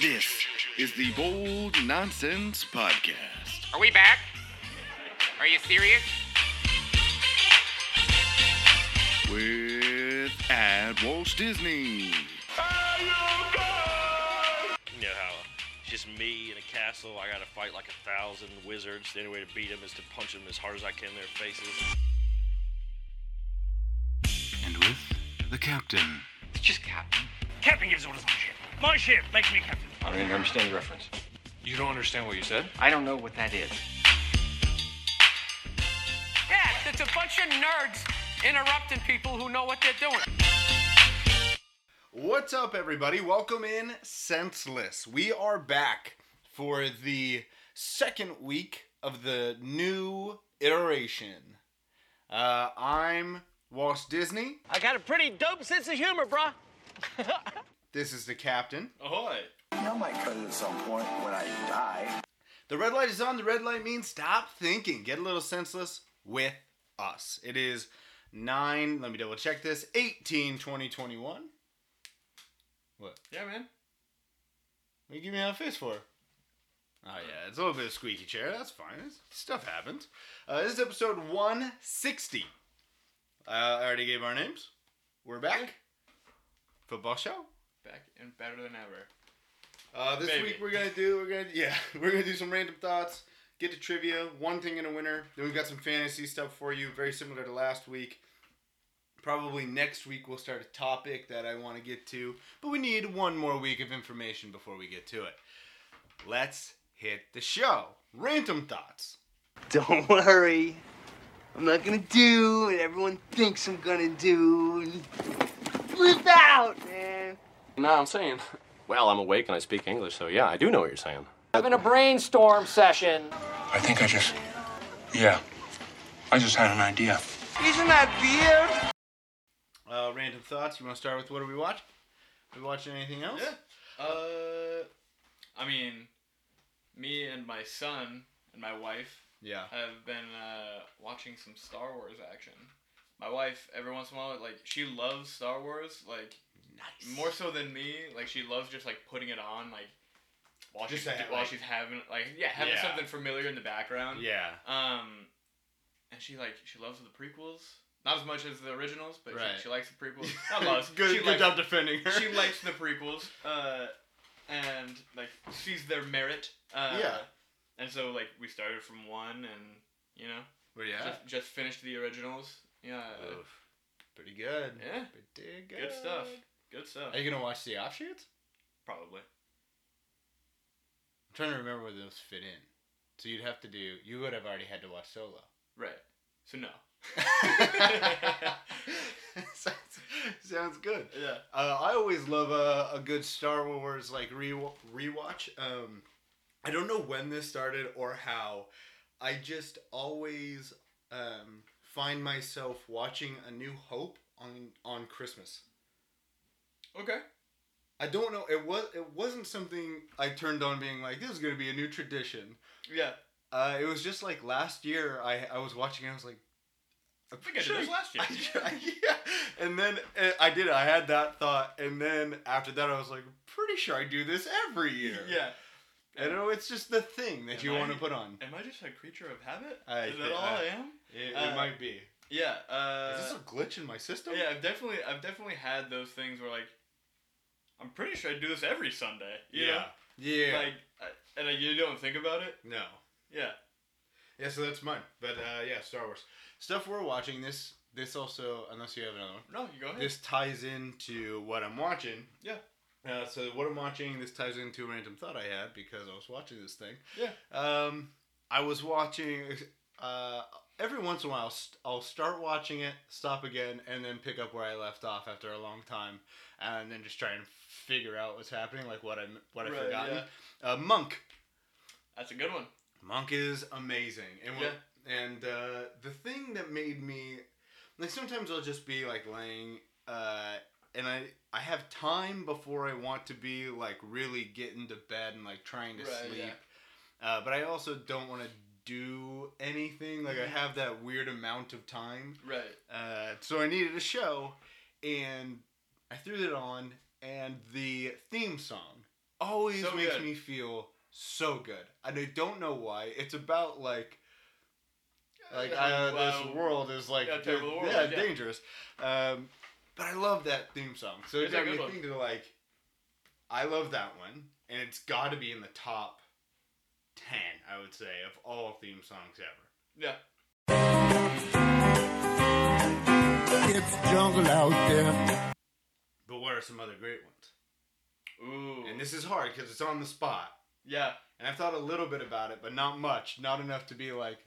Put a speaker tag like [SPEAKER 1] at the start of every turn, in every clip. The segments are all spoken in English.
[SPEAKER 1] This is the Bold Nonsense Podcast.
[SPEAKER 2] Are we back? Are you serious?
[SPEAKER 1] with at Walt Disney.
[SPEAKER 3] You know how it's just me in a castle. I gotta fight like a thousand wizards. The only way to beat them is to punch them as hard as I can in their faces.
[SPEAKER 4] and with the captain.
[SPEAKER 2] It's just Captain.
[SPEAKER 5] Captain gives orders on ship. My ship makes me captain.
[SPEAKER 6] I don't even understand the reference.
[SPEAKER 4] You don't understand what you said?
[SPEAKER 6] I don't know what that is.
[SPEAKER 2] Yeah, it's a bunch of nerds interrupting people who know what they're doing.
[SPEAKER 1] What's up, everybody? Welcome in Senseless. We are back for the second week of the new iteration. Uh, I'm Walt Disney.
[SPEAKER 7] I got a pretty dope sense of humor, bruh.
[SPEAKER 1] This is the captain.
[SPEAKER 3] Ahoy!
[SPEAKER 8] I might cut it at some point when I die.
[SPEAKER 1] The red light is on. The red light means stop thinking. Get a little senseless with us. It is 9, let me double check this, 18, 2021. What?
[SPEAKER 3] Yeah, man.
[SPEAKER 1] What you give me that fist for? Oh yeah, it's a little bit of squeaky chair. That's fine. It's, stuff happens. Uh, this is episode 160. Uh, I already gave our names. We're back. Football show.
[SPEAKER 2] Back and better than ever.
[SPEAKER 1] Uh, this
[SPEAKER 3] Maybe.
[SPEAKER 1] week we're gonna do we're gonna yeah we're gonna do some random thoughts. Get to trivia. One thing in a winner. Then we've got some fantasy stuff for you. Very similar to last week. Probably next week we'll start a topic that I want to get to, but we need one more week of information before we get to it. Let's hit the show. Random thoughts.
[SPEAKER 7] Don't worry. I'm not gonna do what everyone thinks I'm gonna do. Flip out, man.
[SPEAKER 6] No, I'm saying, well, I'm awake and I speak English, so yeah, I do know what you're saying.
[SPEAKER 9] having a brainstorm session.
[SPEAKER 10] I think I just. Yeah. I just had an idea.
[SPEAKER 7] Isn't that weird?
[SPEAKER 1] Uh, random thoughts. You want to start with what are we watching? Are we watching anything else?
[SPEAKER 3] Yeah.
[SPEAKER 2] Uh, I mean, me and my son and my wife
[SPEAKER 1] Yeah.
[SPEAKER 2] have been uh, watching some Star Wars action. My wife, every once in a while, like she loves Star Wars, like
[SPEAKER 1] Nice.
[SPEAKER 2] more so than me. Like she loves just like putting it on, like while
[SPEAKER 1] Just
[SPEAKER 2] she's
[SPEAKER 1] to have,
[SPEAKER 2] while
[SPEAKER 1] like-
[SPEAKER 2] she's having like yeah having
[SPEAKER 1] Yeah.
[SPEAKER 2] something familiar in the background.
[SPEAKER 1] Yeah.
[SPEAKER 2] Um, and she like she loves the prequels, not as much as the originals, but
[SPEAKER 1] Right.
[SPEAKER 2] she, she likes the prequels. Not loves.
[SPEAKER 1] good
[SPEAKER 2] she
[SPEAKER 1] good
[SPEAKER 2] likes,
[SPEAKER 1] job defending her.
[SPEAKER 2] She likes the prequels. Uh, and like sees their merit. Uh,
[SPEAKER 1] Yeah.
[SPEAKER 2] And so like we started from one, and you know
[SPEAKER 1] Well, yeah.
[SPEAKER 2] just just finished the originals. Yeah.
[SPEAKER 1] Oof. Pretty good.
[SPEAKER 2] Yeah.
[SPEAKER 1] Pretty good.
[SPEAKER 2] Good stuff. Good stuff.
[SPEAKER 1] Are you gonna watch the offshoots?
[SPEAKER 2] Probably.
[SPEAKER 1] I'm trying to remember where those fit in. So you'd have to do. You would have already had to watch Solo.
[SPEAKER 2] Right. So no.
[SPEAKER 1] sounds, sounds good.
[SPEAKER 2] Yeah.
[SPEAKER 1] Uh, I always love a, a good Star Wars like re- rewatch. Um, I don't know when this started or how. I just always um, find myself watching A New Hope on on Christmas.
[SPEAKER 2] Okay.
[SPEAKER 1] I don't know. It was it wasn't something I turned on being like this is gonna be a new tradition.
[SPEAKER 2] Yeah.
[SPEAKER 1] Uh, it was just like last year. I I was watching. and I was like, I'm
[SPEAKER 2] think I did this last year.
[SPEAKER 1] yeah. And then uh, I did. it. I had that thought, and then after that, I was like, pretty sure I do this every year.
[SPEAKER 2] Yeah.
[SPEAKER 1] I don't know. It's just the thing that
[SPEAKER 2] Am
[SPEAKER 1] you
[SPEAKER 2] I-
[SPEAKER 1] want to put on.
[SPEAKER 2] Am I just a creature of habit?
[SPEAKER 1] I
[SPEAKER 2] Is that
[SPEAKER 1] thi-
[SPEAKER 2] all
[SPEAKER 1] I-
[SPEAKER 2] I am?
[SPEAKER 1] It,
[SPEAKER 2] Uh,
[SPEAKER 1] might be.
[SPEAKER 2] Yeah. Uh,
[SPEAKER 1] Is this a glitch in my system?
[SPEAKER 2] yeah, I've definitely, I've definitely had those things where like, I'm pretty sure I do this every Sunday. you know?
[SPEAKER 1] Yeah. Yeah.
[SPEAKER 2] Like, I, and I, you don't think about it.
[SPEAKER 1] no.
[SPEAKER 2] Yeah.
[SPEAKER 1] Yeah. So that's mine. But uh, yeah, Star Wars stuff we're watching. This this also unless you have another one.
[SPEAKER 2] No, you go ahead.
[SPEAKER 1] this ties into what I'm watching.
[SPEAKER 2] Yeah.
[SPEAKER 1] Uh, so what I'm watching, this ties into a random thought I had because I was watching this thing.
[SPEAKER 2] Yeah.
[SPEAKER 1] Um, I was watching. Uh, every once in a while, I'll st- I'll start watching it, stop again, and then pick up where I left off after a long time, and then just try and figure out what's happening, like what I m- what I
[SPEAKER 2] Right,
[SPEAKER 1] forgotten. Uh, Monk.
[SPEAKER 2] That's a good one.
[SPEAKER 1] Monk is amazing, and what,
[SPEAKER 2] Yeah.
[SPEAKER 1] and uh, the thing that made me like sometimes I'll just be like laying, uh, and I I have time before I want to be like really getting to bed and like trying to
[SPEAKER 2] Right,
[SPEAKER 1] sleep,
[SPEAKER 2] yeah.
[SPEAKER 1] uh, but I also don't want to do anything. Like I
[SPEAKER 2] Mm-hmm.
[SPEAKER 1] have that weird amount of time,
[SPEAKER 2] Right.
[SPEAKER 1] uh, so I needed a show, and I threw it on, and the theme song always
[SPEAKER 2] So
[SPEAKER 1] makes
[SPEAKER 2] good.
[SPEAKER 1] me feel so good. And I don't know why. It's about like like
[SPEAKER 2] Yeah,
[SPEAKER 1] uh,
[SPEAKER 2] wow.
[SPEAKER 1] this world is like
[SPEAKER 2] Yeah, terrible world,
[SPEAKER 1] yeah,
[SPEAKER 2] yeah.
[SPEAKER 1] dangerous. Um, but I love that theme song. So it
[SPEAKER 2] It's a
[SPEAKER 1] got
[SPEAKER 2] good
[SPEAKER 1] me
[SPEAKER 2] one.
[SPEAKER 1] thinking like I love that one and it's got to be in the top 10, I would say, of all theme songs ever.
[SPEAKER 2] Yeah.
[SPEAKER 1] But what are some other great ones?
[SPEAKER 2] Ooh.
[SPEAKER 1] And this is hard because it's on the spot.
[SPEAKER 2] yeah.
[SPEAKER 1] And I've thought a little bit about it, but not much. Not enough to be like.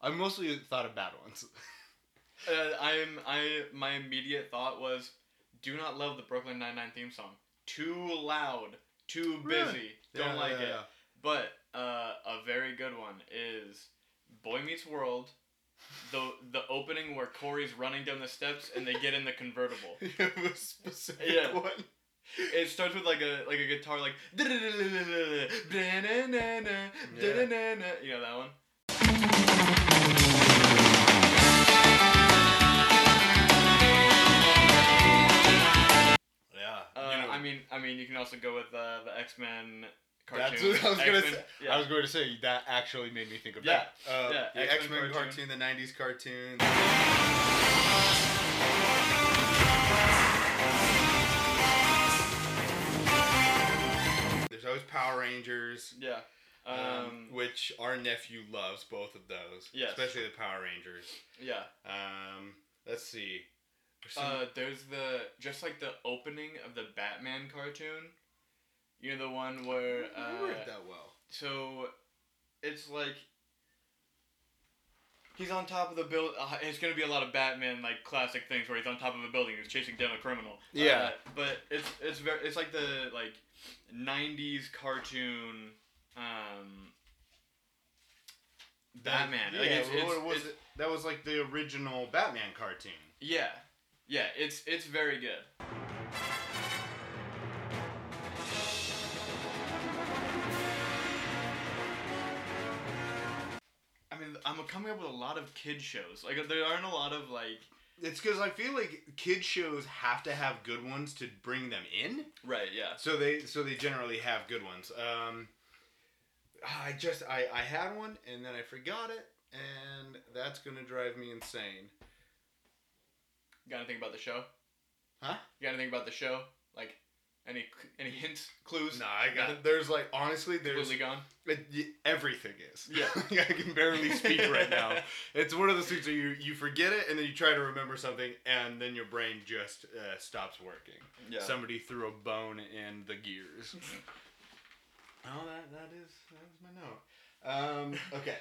[SPEAKER 1] I mostly thought of bad ones.
[SPEAKER 2] Uh, I'm I my immediate thought was, do not love the Brooklyn Nine Nine theme song. Too loud. Too busy.
[SPEAKER 1] Really?
[SPEAKER 2] Don't
[SPEAKER 1] Yeah,
[SPEAKER 2] like
[SPEAKER 1] yeah,
[SPEAKER 2] it.
[SPEAKER 1] yeah.
[SPEAKER 2] But uh, a very good one is Boy Meets World. The the opening where Corey's running down the steps and they get in the convertible.
[SPEAKER 1] it was specific
[SPEAKER 2] Yeah.
[SPEAKER 1] one.
[SPEAKER 2] It starts with like a like a guitar like you know that one.
[SPEAKER 1] Yeah.
[SPEAKER 2] Uh,
[SPEAKER 1] you know,
[SPEAKER 2] I mean I mean you can also go with uh, the X Men cartoon.
[SPEAKER 1] that's what I was gonna
[SPEAKER 2] X-Men-
[SPEAKER 1] say.
[SPEAKER 2] yeah.
[SPEAKER 1] I was going to say that actually made me think of
[SPEAKER 2] Yeah.
[SPEAKER 1] that. Uh,
[SPEAKER 2] Yeah,
[SPEAKER 1] The X
[SPEAKER 2] X-Men
[SPEAKER 1] Men cartoon.
[SPEAKER 2] cartoon.
[SPEAKER 1] the '90s cartoon. There's always Power Rangers.
[SPEAKER 2] Yeah.
[SPEAKER 1] um,
[SPEAKER 2] Um,
[SPEAKER 1] which our nephew loves both of those,
[SPEAKER 2] Yes.
[SPEAKER 1] especially the Power Rangers.
[SPEAKER 2] yeah.
[SPEAKER 1] Um, let's see. There's some-
[SPEAKER 2] Uh, there's the just like the opening of the Batman cartoon. You know the one where
[SPEAKER 1] I don't remember it
[SPEAKER 2] uh,
[SPEAKER 1] that well.
[SPEAKER 2] so it's like he's on top of the build. Uh, it's gonna be a lot of Batman like classic things where he's on top of a building, he's chasing down a criminal.
[SPEAKER 1] Yeah.
[SPEAKER 2] Uh, but it's it's very it's like the like '90s cartoon. Um, Batman.
[SPEAKER 1] Yeah,
[SPEAKER 2] Like, it's-
[SPEAKER 1] well,
[SPEAKER 2] it's-
[SPEAKER 1] what was
[SPEAKER 2] it's-
[SPEAKER 1] it? That was like the original Batman cartoon.
[SPEAKER 2] Yeah, yeah, it's it's very good. I mean, I'm coming up with a lot of kid shows. Like, there aren't a lot of like.
[SPEAKER 1] It's because I feel like kid shows have to have good ones to bring them in.
[SPEAKER 2] Right. Yeah.
[SPEAKER 1] So they so they generally have good ones. Um, I just I I had one and then I forgot it, and that's gonna drive me insane.
[SPEAKER 2] Got anything about the show?
[SPEAKER 1] Huh?
[SPEAKER 2] You got anything about the show? Like, any any hints, clues?
[SPEAKER 1] No, I got
[SPEAKER 2] Nothing?
[SPEAKER 1] There's like honestly, there's
[SPEAKER 2] Completely gone.
[SPEAKER 1] It, y- everything is.
[SPEAKER 2] Yeah.
[SPEAKER 1] I can barely speak right now. It's one of those things where you, you forget it and then you try to remember something and then your brain just uh, stops working.
[SPEAKER 2] Yeah.
[SPEAKER 1] Somebody threw a bone in the gears. oh, that, that is that was my note. Um, okay.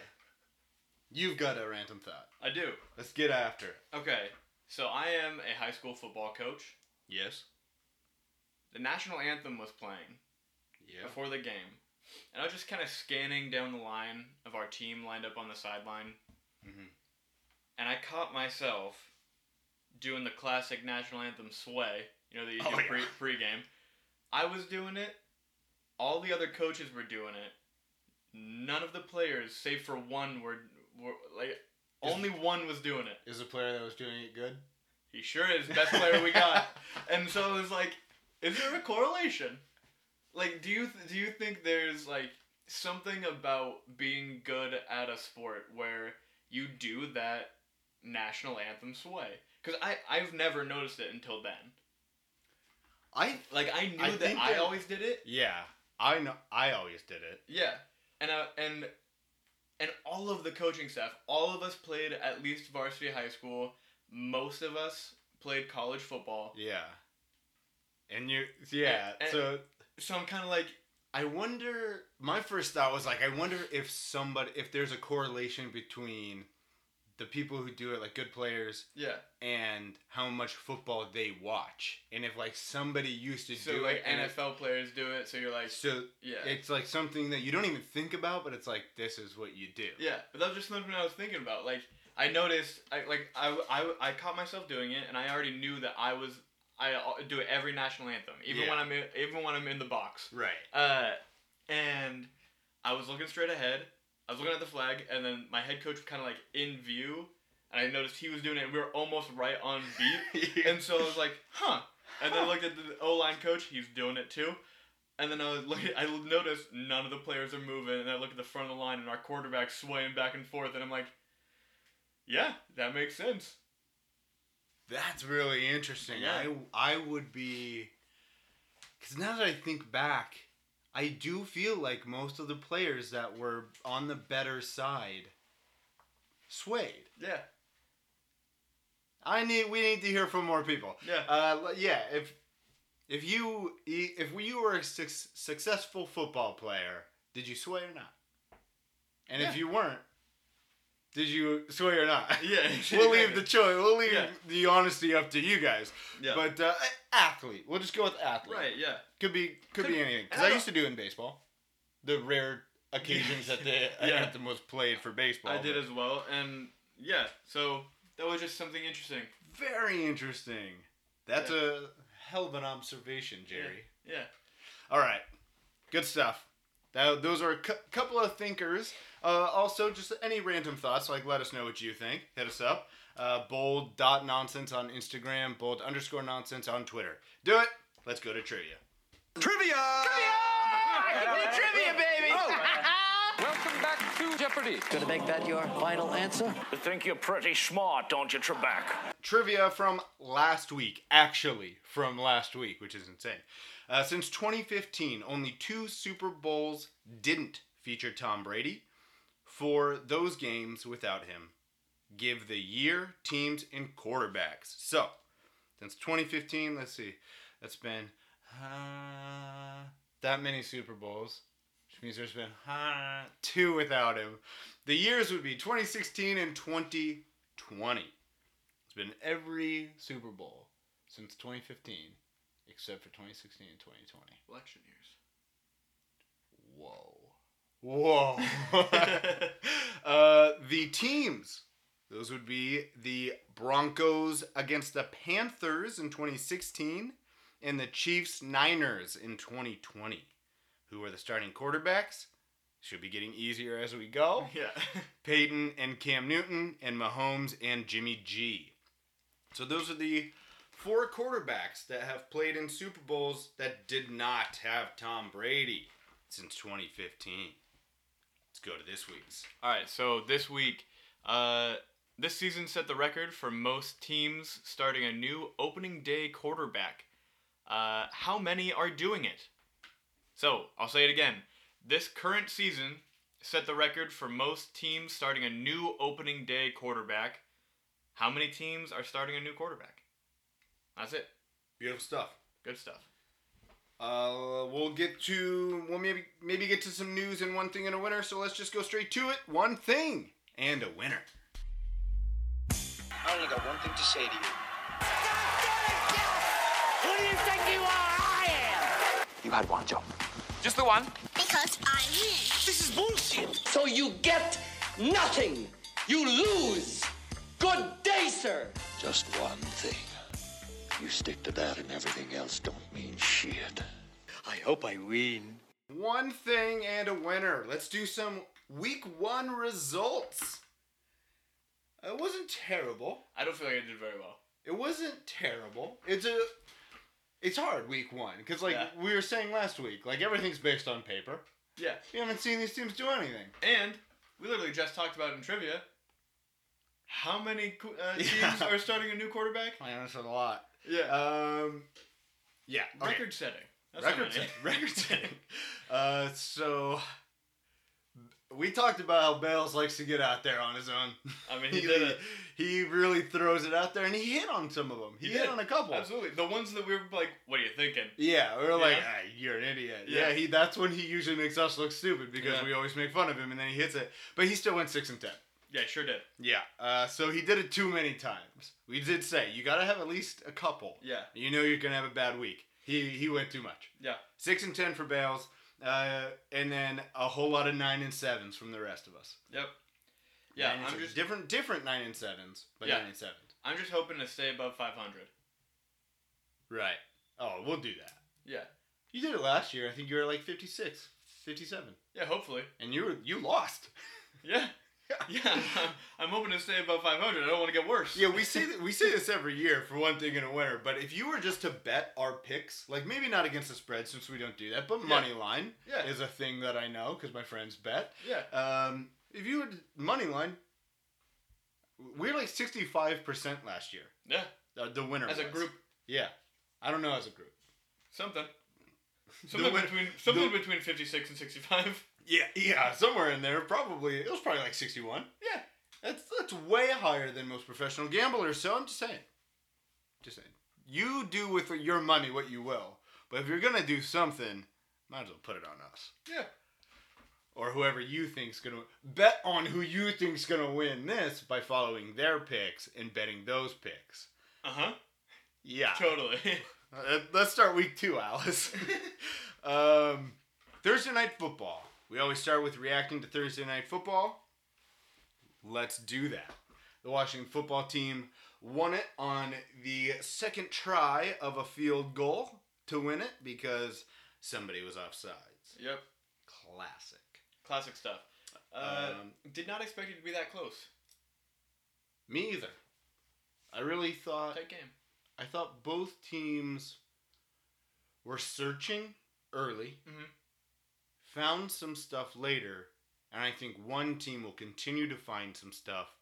[SPEAKER 1] You've got a random thought.
[SPEAKER 2] I do.
[SPEAKER 1] Let's get after it.
[SPEAKER 2] Okay, so I am a high school football coach.
[SPEAKER 1] Yes.
[SPEAKER 2] The national anthem was playing.
[SPEAKER 1] Yeah.
[SPEAKER 2] before the game, and I was just kind of scanning down the line of our team lined up on the sideline,
[SPEAKER 1] Mhm.
[SPEAKER 2] and I caught myself doing the classic national anthem sway. You know that you
[SPEAKER 1] Oh,
[SPEAKER 2] do
[SPEAKER 1] yeah.
[SPEAKER 2] pre pregame. I was doing it. All the other coaches were doing it. None of the players, save for one, were, were like only one was doing it.
[SPEAKER 1] Is the player that was doing it good?
[SPEAKER 2] He sure is best player we got. And so it was like, is there a correlation? Like, do you do you think there's like something about being good at a sport where you do that national anthem sway? Because I I've never noticed it until then.
[SPEAKER 1] I.
[SPEAKER 2] Like I knew
[SPEAKER 1] I
[SPEAKER 2] that
[SPEAKER 1] think
[SPEAKER 2] I
[SPEAKER 1] that-
[SPEAKER 2] always did it.
[SPEAKER 1] Yeah. I know. I always did it.
[SPEAKER 2] Yeah, and I, and and all of the coaching staff, all of us played at least varsity high school. Most of us played college football.
[SPEAKER 1] Yeah. And you, yeah.
[SPEAKER 2] And-
[SPEAKER 1] so
[SPEAKER 2] So I'm kind of like,
[SPEAKER 1] I wonder. My first thought was like, I wonder if somebody, if there's a correlation between the people who do it, like good players,
[SPEAKER 2] yeah.
[SPEAKER 1] and how much football they watch, and if like somebody used to
[SPEAKER 2] So
[SPEAKER 1] do
[SPEAKER 2] like
[SPEAKER 1] it, and it-
[SPEAKER 2] NFL players do it, so you're like,
[SPEAKER 1] So
[SPEAKER 2] yeah,
[SPEAKER 1] it's like something that you don't even think about, but it's like this is what you do.
[SPEAKER 2] yeah. But that was just something I was thinking about. Like I noticed, I like I, I, I caught myself doing it, and I already knew that I was I al- do it every national anthem, even
[SPEAKER 1] Yeah.
[SPEAKER 2] when I'm in, even when I'm in the box.
[SPEAKER 1] Right.
[SPEAKER 2] Uh, and I was looking straight ahead. I was looking at the flag, and then my head coach was kind of like in view, and I noticed he was doing it. and We were almost right on beat, and so I was like, huh. And then I looked at the O line coach; he's doing it too. And then I was like, I noticed none of the players are moving, and I look at the front of the line and our quarterback swaying back and forth, and I'm like, yeah, that makes sense.
[SPEAKER 1] That's really interesting.
[SPEAKER 2] Yeah.
[SPEAKER 1] I I would be cuz now that I think back, I do feel like most of the players that were on the better side swayed.
[SPEAKER 2] Yeah,
[SPEAKER 1] I need we need to hear from more people.
[SPEAKER 2] Yeah.
[SPEAKER 1] Uh l- yeah, if if you e, if you were a suc- successful football player, did you sway or not? And if
[SPEAKER 2] Yeah.
[SPEAKER 1] you weren't, did you sway or not?
[SPEAKER 2] yeah.
[SPEAKER 1] we'll leave the choice. We'll leave
[SPEAKER 2] Yeah.
[SPEAKER 1] the honesty up to you guys.
[SPEAKER 2] Yeah.
[SPEAKER 1] But uh, athlete, we'll just go with athlete.
[SPEAKER 2] right. Yeah.
[SPEAKER 1] Could be could,
[SPEAKER 2] Could-
[SPEAKER 1] be anything. Because
[SPEAKER 2] and I
[SPEAKER 1] I
[SPEAKER 2] don't-
[SPEAKER 1] used to do in baseball. The rare occasions that the
[SPEAKER 2] Yeah.
[SPEAKER 1] anthem was played for baseball.
[SPEAKER 2] I did
[SPEAKER 1] but-
[SPEAKER 2] as well, and yeah, so that was just something interesting.
[SPEAKER 1] Very interesting. That's
[SPEAKER 2] Yeah.
[SPEAKER 1] a hell of an observation, Jerry.
[SPEAKER 2] Yeah,
[SPEAKER 1] All right, good stuff. Now, those are a cou- couple of thinkers. Uh, also, just any random thoughts, like let us know what you think. Hit us up. Uh, bold dot nonsense on Instagram, bold underscore nonsense on Twitter. Do it. Let's go to trivia.
[SPEAKER 7] Trivia, baby!
[SPEAKER 10] Welcome back to Jeopardy.
[SPEAKER 5] Gonna make that your final answer?
[SPEAKER 11] You think you're pretty smart, don't you, Trebek?
[SPEAKER 1] Trivia from last week, actually from last week, which is insane. Uh, since 2015, only two Super Bowls didn't feature Tom Brady. For those games without him, give the year, teams, and quarterbacks. So, since 2015, let's see, that's been uh, that many Super Bowls, which means there's been uh, two without him. The years would be 2016 and 2020. It's been every Super Bowl since 2015, except for 2016 and 2020.
[SPEAKER 2] election years.
[SPEAKER 1] Whoa. Whoa. uh, the teams. Those would be the Broncos against the Panthers in 2016 and the Chiefs Niners in 2020. Who are the starting quarterbacks? Should be getting easier as we go.
[SPEAKER 2] Yeah.
[SPEAKER 1] Peyton and Cam Newton, and Mahomes and Jimmy G. So those are the four quarterbacks that have played in Super Bowls that did not have Tom Brady since 2015. Let's go to this week's.
[SPEAKER 2] All right, so this week, uh, this season set the record for most teams starting a new opening day quarterback. Uh, how many are doing it? So I'll say it again. This current season set the record for most teams starting a new opening day quarterback. How many teams are starting a new quarterback? That's it.
[SPEAKER 1] Beautiful stuff.
[SPEAKER 2] Good stuff.
[SPEAKER 1] Uh, we'll get to we'll maybe maybe get to some news and one thing and a winner. So let's just go straight to it. One thing and a winner.
[SPEAKER 8] I only got one thing to say to you.
[SPEAKER 5] Who do you think you are? I am!
[SPEAKER 8] You had one job.
[SPEAKER 10] Just the one.
[SPEAKER 5] Because I am. This is bullshit!
[SPEAKER 11] So you get nothing. You lose. Good day, sir.
[SPEAKER 10] Just one thing. You stick to that, and everything else don't mean shit.
[SPEAKER 11] I hope I win.
[SPEAKER 1] One thing and a winner. Let's do some week one results. It wasn't terrible.
[SPEAKER 2] I don't feel like I did very well.
[SPEAKER 1] It wasn't terrible. It's a. It's hard week one because like
[SPEAKER 2] Yeah.
[SPEAKER 1] we were saying last week, like everything's based on paper.
[SPEAKER 2] Yeah.
[SPEAKER 1] You haven't seen these teams do anything.
[SPEAKER 2] And we literally just talked about in trivia how many qu- uh, teams
[SPEAKER 1] Yeah.
[SPEAKER 2] are starting a new quarterback.
[SPEAKER 1] I honest a lot.
[SPEAKER 2] Yeah,
[SPEAKER 1] Um. Yeah. okay.
[SPEAKER 2] record setting. That's how
[SPEAKER 1] record
[SPEAKER 2] many.
[SPEAKER 1] setting. Record setting. Uh, so we talked about how Bales likes to get out there on his own.
[SPEAKER 2] I mean, he did it.
[SPEAKER 1] He really throws it out there, and he hit on some of them. He,
[SPEAKER 2] He
[SPEAKER 1] hit
[SPEAKER 2] did.
[SPEAKER 1] on a couple.
[SPEAKER 2] Absolutely, the ones that we were like, "What are you thinking?"
[SPEAKER 1] Yeah, we were like,
[SPEAKER 2] Yeah.
[SPEAKER 1] ah, "You're an idiot." Yeah.
[SPEAKER 2] Yeah.
[SPEAKER 1] he. That's when he usually makes us look stupid because
[SPEAKER 2] Yeah.
[SPEAKER 1] we always make fun of him, and then he hits it. But he still went six and ten.
[SPEAKER 2] Yeah, sure did.
[SPEAKER 1] Yeah. Uh, so he did it too many times. We did say you gotta have at least a couple.
[SPEAKER 2] Yeah,
[SPEAKER 1] You know you're gonna have a bad week. He he went too much.
[SPEAKER 2] yeah,
[SPEAKER 1] Six and ten for Bales, uh, and then a whole lot of nine and sevens from the rest of us.
[SPEAKER 2] yep, yeah.
[SPEAKER 1] Nine and
[SPEAKER 2] I'm
[SPEAKER 1] sevens.
[SPEAKER 2] just,
[SPEAKER 1] different different nine and sevens, but
[SPEAKER 2] Yeah.
[SPEAKER 1] nine and sevens.
[SPEAKER 2] I'm just hoping to stay above 500.
[SPEAKER 1] Right. Oh, we'll do that.
[SPEAKER 2] Yeah,
[SPEAKER 1] You did it last year. I think you were like 56, 57.
[SPEAKER 2] yeah. Hopefully,
[SPEAKER 1] and you were, you lost.
[SPEAKER 2] yeah. Yeah, I'm- I'm hoping to stay above 500. I don't want to get worse.
[SPEAKER 1] Yeah, we say th- we say this every year for one thing in a winner. But if you were just to bet our picks, like maybe not against the spread since we don't do that, but
[SPEAKER 2] Yeah.
[SPEAKER 1] money line
[SPEAKER 2] Yeah.
[SPEAKER 1] is a thing that I know because my friends bet.
[SPEAKER 2] Yeah.
[SPEAKER 1] Um, if you would money line, we're like sixty five percent last year.
[SPEAKER 2] Yeah.
[SPEAKER 1] The, the winner
[SPEAKER 2] As a
[SPEAKER 1] was.
[SPEAKER 2] group,
[SPEAKER 1] Yeah, I don't know as a group.
[SPEAKER 2] something. Something
[SPEAKER 1] win-
[SPEAKER 2] between something
[SPEAKER 1] the-
[SPEAKER 2] between 56 and 65.
[SPEAKER 1] Yeah, yeah, somewhere in there. Probably it was probably like sixty one.
[SPEAKER 2] Yeah.
[SPEAKER 1] That's that's way higher than most professional gamblers. So I'm just saying, just saying, you do with your money what you will. But if you're gonna do something, might as well put it on us
[SPEAKER 2] Yeah.
[SPEAKER 1] or whoever you think's gonna bet on who you think's gonna win this by following their picks and betting those picks.
[SPEAKER 2] Uh huh.
[SPEAKER 1] Yeah.
[SPEAKER 2] Totally.
[SPEAKER 1] Uh, Let's start week two, Alice. um, Thursday night football. We always start with reacting to Thursday night football. Let's do that. The Washington football team won it on the second try of a field goal to win it because somebody was offsides.
[SPEAKER 2] yep.
[SPEAKER 1] Classic.
[SPEAKER 2] Classic stuff. Uh,
[SPEAKER 1] Um,
[SPEAKER 2] did not expect it to be that close.
[SPEAKER 1] Me either. I really thought
[SPEAKER 2] Tight game.
[SPEAKER 1] I thought both teams were searching early,
[SPEAKER 2] Mhm.
[SPEAKER 1] found some stuff later, and I think one team will continue to find some stuff,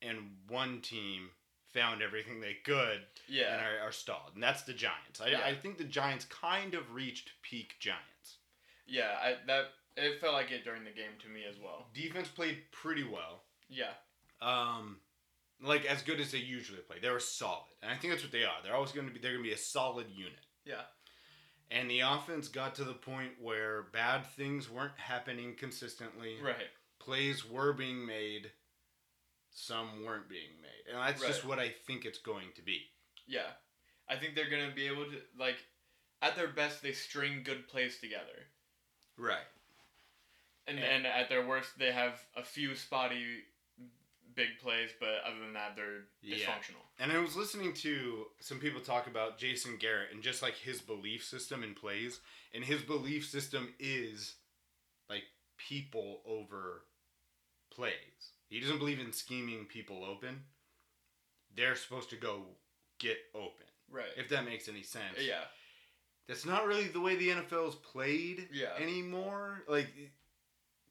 [SPEAKER 1] and one team found everything they could and
[SPEAKER 2] Yeah.
[SPEAKER 1] are, are stalled. And that's the Giants. I,
[SPEAKER 2] Yeah.
[SPEAKER 1] I think the Giants kind of reached peak Giants.
[SPEAKER 2] Yeah. I that it felt like it during the game to me as well.
[SPEAKER 1] Defense played pretty well.
[SPEAKER 2] Yeah.
[SPEAKER 1] um, like as good as they usually play. They were solid, and I think that's what they are. They're always going to be. They're going to be a solid unit.
[SPEAKER 2] Yeah.
[SPEAKER 1] And the offense got to the point where bad things weren't happening consistently.
[SPEAKER 2] Right.
[SPEAKER 1] Plays were being made. Some weren't being made, and that's just
[SPEAKER 2] Right.
[SPEAKER 1] what I think it's going to be.
[SPEAKER 2] Yeah. I think they're gonna be able to like, at their best, they string good plays together.
[SPEAKER 1] Right.
[SPEAKER 2] And,
[SPEAKER 1] And-
[SPEAKER 2] and at their worst, they have a few spotty big plays, but other than that, they're
[SPEAKER 1] Yeah.
[SPEAKER 2] dysfunctional.
[SPEAKER 1] And I was listening to some people talk about Jason Garrett and just like his belief system in plays. And his belief system is like people over plays. He doesn't believe in scheming people open. They're supposed to go get open,
[SPEAKER 2] Right.
[SPEAKER 1] if that makes any sense.
[SPEAKER 2] yeah.
[SPEAKER 1] That's not really the way the NFL is played
[SPEAKER 2] Yeah.
[SPEAKER 1] anymore. Like,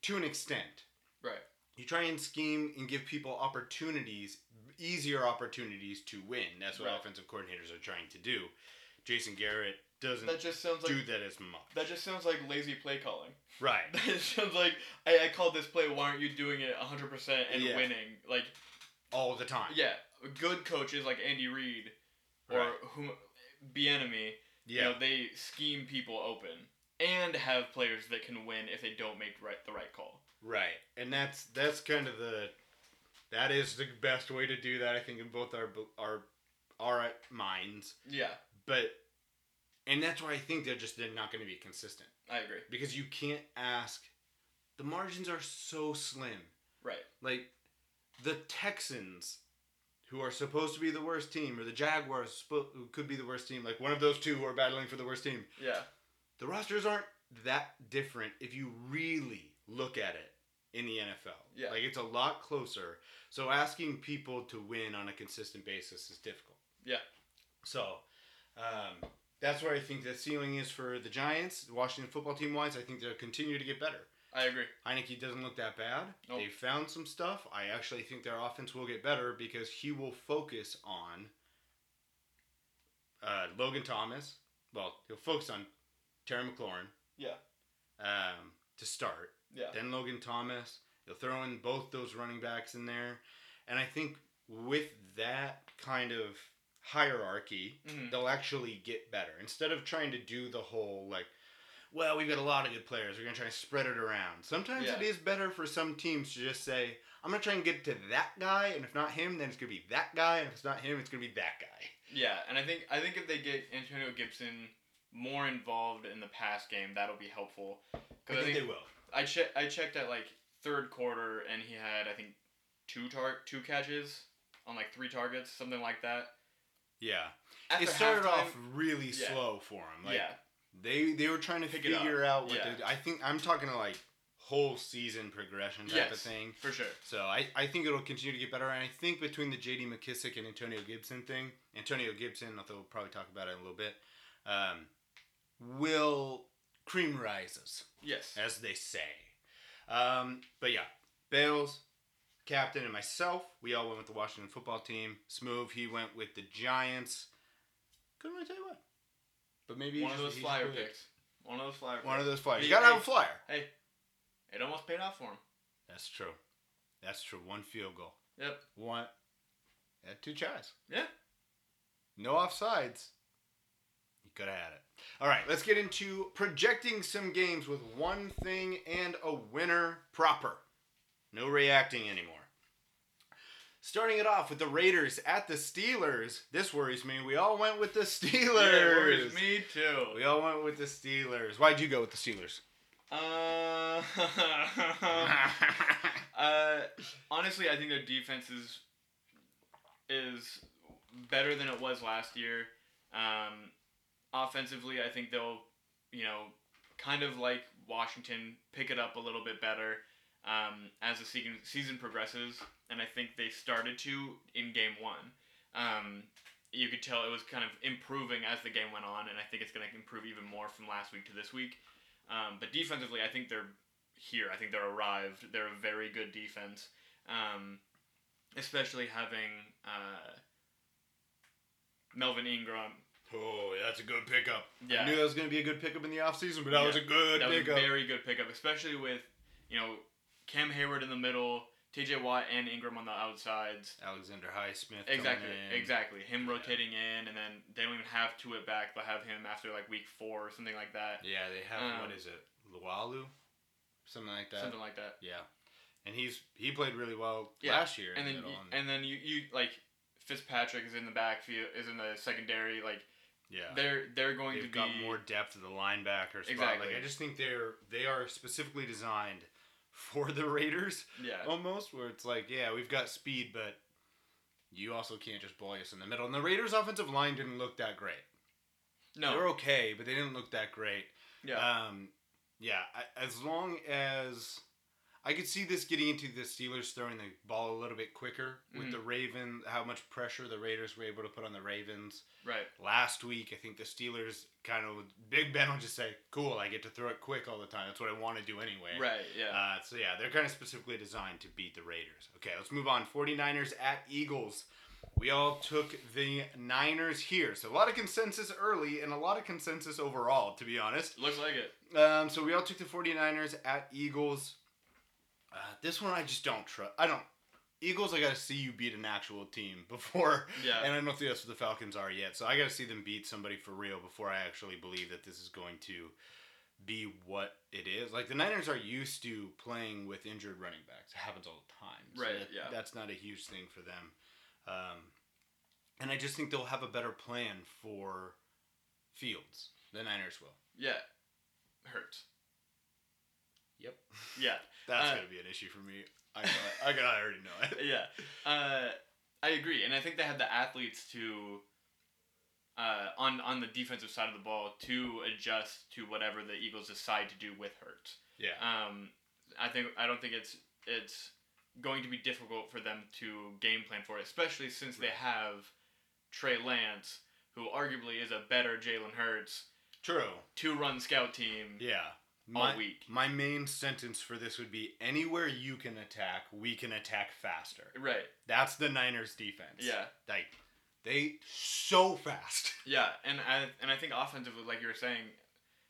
[SPEAKER 1] to an extent
[SPEAKER 2] Right.
[SPEAKER 1] you try and scheme and give people opportunities, easier opportunities to win. That's what
[SPEAKER 2] Right.
[SPEAKER 1] offensive coordinators are trying to do. Jason Garrett doesn't
[SPEAKER 2] That just sounds like
[SPEAKER 1] do that as much.
[SPEAKER 2] that just sounds like lazy play calling.
[SPEAKER 1] right.
[SPEAKER 2] That just sounds like I, I called this play. Why aren't you doing it 100 percent and
[SPEAKER 1] Yeah.
[SPEAKER 2] winning? Like
[SPEAKER 1] All the time.
[SPEAKER 2] yeah, good coaches like Andy Reid or
[SPEAKER 1] Right.
[SPEAKER 2] whom Bienemy,
[SPEAKER 1] Yeah.
[SPEAKER 2] you know, they scheme people open and have players that can win if they don't make right the right call.
[SPEAKER 1] Right. And that's that's kind of the that is the best way to do that I think in both our our our minds.
[SPEAKER 2] Yeah,
[SPEAKER 1] But and that's why I think they're just they're not going to be consistent
[SPEAKER 2] I agree.
[SPEAKER 1] because you can't ask the margins are so slim.
[SPEAKER 2] Right.
[SPEAKER 1] like the Texans, who are supposed to be the worst team, or the Jaguars, spo- who could be the worst team, like one of those two who are battling for the worst team.
[SPEAKER 2] Yeah.
[SPEAKER 1] The rosters aren't that different if you really look at it in the NFL.
[SPEAKER 2] Yeah.
[SPEAKER 1] Like it's a lot closer. So asking people to win on a consistent basis is difficult.
[SPEAKER 2] Yeah.
[SPEAKER 1] So um, that's where I think the ceiling is for the Giants, the Washington football team wise. I think they'll continue to get better.
[SPEAKER 2] I agree.
[SPEAKER 1] Heineke doesn't look that bad.
[SPEAKER 2] Nope.
[SPEAKER 1] They found some stuff. I actually think their offense will get better because he will focus on uh, Logan Thomas. Well, he'll focus on Terry McLaurin.
[SPEAKER 2] Yeah.
[SPEAKER 1] Um, to start,
[SPEAKER 2] Yeah.
[SPEAKER 1] then Logan Thomas. He'll throw in both those running backs in there, and I think with that kind of hierarchy,
[SPEAKER 2] Mhm.
[SPEAKER 1] they'll actually get better instead of trying to do the whole like well we've got a lot of good players we're going to try and spread it around sometimes
[SPEAKER 2] Yeah.
[SPEAKER 1] it is better for some teams to just say i'm going to try and get to that guy and if not him then it's going to be that guy and if it's not him it's going to be that guy
[SPEAKER 2] Yeah, and I think I think if they get Antonio Gibson more involved in the pass game, that'll be helpful. Because I, think
[SPEAKER 1] will
[SPEAKER 2] I che- I checked at like third quarter, and he had I think two tar- two catches on like three targets, something like that.
[SPEAKER 1] yeah
[SPEAKER 2] After
[SPEAKER 1] it started
[SPEAKER 2] halftime-
[SPEAKER 1] off really
[SPEAKER 2] yeah.
[SPEAKER 1] slow for him like
[SPEAKER 2] yeah,
[SPEAKER 1] they they were trying to
[SPEAKER 2] Pick it up.
[SPEAKER 1] figure out what
[SPEAKER 2] Yeah.
[SPEAKER 1] to do. i think i'm talking to like whole season progression type of
[SPEAKER 2] Yes,
[SPEAKER 1] thing.
[SPEAKER 2] for sure.
[SPEAKER 1] So I, I think it'll continue to get better. And I think between the J.D. McKissick and Antonio Gibson thing, Antonio Gibson, although we'll probably talk about it in a little bit, um, will cream rises.
[SPEAKER 2] Yes.
[SPEAKER 1] As they say. Um, but yeah, Bales, captain, and myself, we all went with the Washington football team. Smoove, he went with the Giants. Couldn't really tell you what. But maybe
[SPEAKER 2] one
[SPEAKER 1] he's-
[SPEAKER 2] of those
[SPEAKER 1] he's
[SPEAKER 2] flyer
[SPEAKER 1] really-
[SPEAKER 2] picks. One of those flyer.
[SPEAKER 1] One of
[SPEAKER 2] picks.
[SPEAKER 1] those flyers.
[SPEAKER 2] Hey,
[SPEAKER 1] You gotta
[SPEAKER 2] hey,
[SPEAKER 1] have a flyer.
[SPEAKER 2] Hey, it almost paid off for him.
[SPEAKER 1] That's true. That's true. One field goal.
[SPEAKER 2] Yep.
[SPEAKER 1] One. Had two tries.
[SPEAKER 2] Yeah.
[SPEAKER 1] No offsides. You could have had it. All right, let's get into projecting some games with one thing and a winner proper. No reacting anymore. Starting it off with the Raiders at the Steelers. This worries me. We all went with the Steelers.
[SPEAKER 2] Yeah, it worries me too.
[SPEAKER 1] We all went with the Steelers. Why'd you go with the Steelers?
[SPEAKER 2] Uh, uh, honestly, I think their defense is is better than it was last year. Um, offensively, I think they'll, you know, kind of like Washington, pick it up a little bit better um, as the season season progresses, and I think they started to in game one. Um, you could tell it was kind of improving as the game went on, and I think it's going to improve even more from last week to this week. Um, but defensively, I think they're here. I think they're arrived. They're a very good defense, um, especially having uh, Melvin Ingram.
[SPEAKER 1] Oh, that's a good pickup.
[SPEAKER 2] Yeah,
[SPEAKER 1] I knew that was going to be a good pickup in the offseason, but that
[SPEAKER 2] Yeah.
[SPEAKER 1] was a good
[SPEAKER 2] that
[SPEAKER 1] pickup.
[SPEAKER 2] was a very good pickup, especially with you know Cam Hayward in the middle, T.J. Watt and Ingram on the outsides.
[SPEAKER 1] Alexander Highsmith. coming
[SPEAKER 2] Exactly,
[SPEAKER 1] in.
[SPEAKER 2] exactly. Him rotating in, and then they don't even have two at back. They'll have him after like week four or something like that.
[SPEAKER 1] Yeah, they have
[SPEAKER 2] Um,
[SPEAKER 1] what is it, Lualu, something like that.
[SPEAKER 2] Something like that.
[SPEAKER 1] yeah, and he's he played really well
[SPEAKER 2] Yeah,
[SPEAKER 1] last year.
[SPEAKER 2] and
[SPEAKER 1] in
[SPEAKER 2] then
[SPEAKER 1] the
[SPEAKER 2] you,
[SPEAKER 1] middle, and-
[SPEAKER 2] and then you, you like Fitzpatrick is in the backfield, is in the secondary. Like
[SPEAKER 1] yeah,
[SPEAKER 2] they're they're going to
[SPEAKER 1] they've
[SPEAKER 2] be
[SPEAKER 1] got more depth at the linebacker spot.
[SPEAKER 2] Exactly.
[SPEAKER 1] Like I just think they're they are specifically designed for the Raiders
[SPEAKER 2] yeah
[SPEAKER 1] almost, where it's like yeah we've got speed, but you also can't just bully us in the middle. And the Raiders' offensive line didn't look that great. they were
[SPEAKER 2] no
[SPEAKER 1] okay, but they didn't look that great.
[SPEAKER 2] yeah
[SPEAKER 1] Um, yeah, I, as long as I could see this getting into the Steelers throwing the ball a little bit quicker with
[SPEAKER 2] Mhm.
[SPEAKER 1] the Raven, how much pressure the Raiders were able to put on the Ravens
[SPEAKER 2] right
[SPEAKER 1] last week. I think the Steelers kind of Big Ben will just say, "Cool, I get to throw it quick all the time. That's what I want to do anyway."
[SPEAKER 2] right yeah
[SPEAKER 1] Uh, so yeah, they're kind of specifically designed to beat the Raiders. Okay, let's move on. 49ers at Eagles. We all took the Niners here. So a lot of consensus early and a lot of consensus overall, to be honest.
[SPEAKER 2] looks like it
[SPEAKER 1] Um, so we all took the 49ers at Eagles. Uh, this one I just don't trust. I don't. Eagles, I got to see you beat an actual team before.
[SPEAKER 2] Yeah.
[SPEAKER 1] And I don't think that's what the Falcons are yet. So I got to see them beat somebody for real before I actually believe that this is going to be what it is. Like the Niners are used to playing with injured running backs. It happens all the time. So
[SPEAKER 2] Right,
[SPEAKER 1] that-
[SPEAKER 2] yeah.
[SPEAKER 1] That's not a huge thing for them. Um, and I just think they'll have a better plan for Fields. The Niners will.
[SPEAKER 2] yeah hurts
[SPEAKER 1] Yep.
[SPEAKER 2] yeah
[SPEAKER 1] That's
[SPEAKER 2] Uh,
[SPEAKER 1] gonna be an issue for me. I got, I, got, I already know it.
[SPEAKER 2] yeah uh, I agree and I think they have the athletes to uh, on on the defensive side of the ball to adjust to whatever the Eagles decide to do with Hurts.
[SPEAKER 1] Yeah.
[SPEAKER 2] Um, I think I don't think it's it's going to be difficult for them to game plan for it, especially since they have Trey Lance, who arguably is a better Jalen Hurts
[SPEAKER 1] True.
[SPEAKER 2] two-run scout team.
[SPEAKER 1] Yeah.
[SPEAKER 2] All
[SPEAKER 1] My,
[SPEAKER 2] week.
[SPEAKER 1] My main sentence for this would be anywhere you can attack, we can attack faster.
[SPEAKER 2] Right.
[SPEAKER 1] That's the Niners defense.
[SPEAKER 2] Yeah.
[SPEAKER 1] Like they so fast.
[SPEAKER 2] Yeah, and I and I think offensively, like you were saying,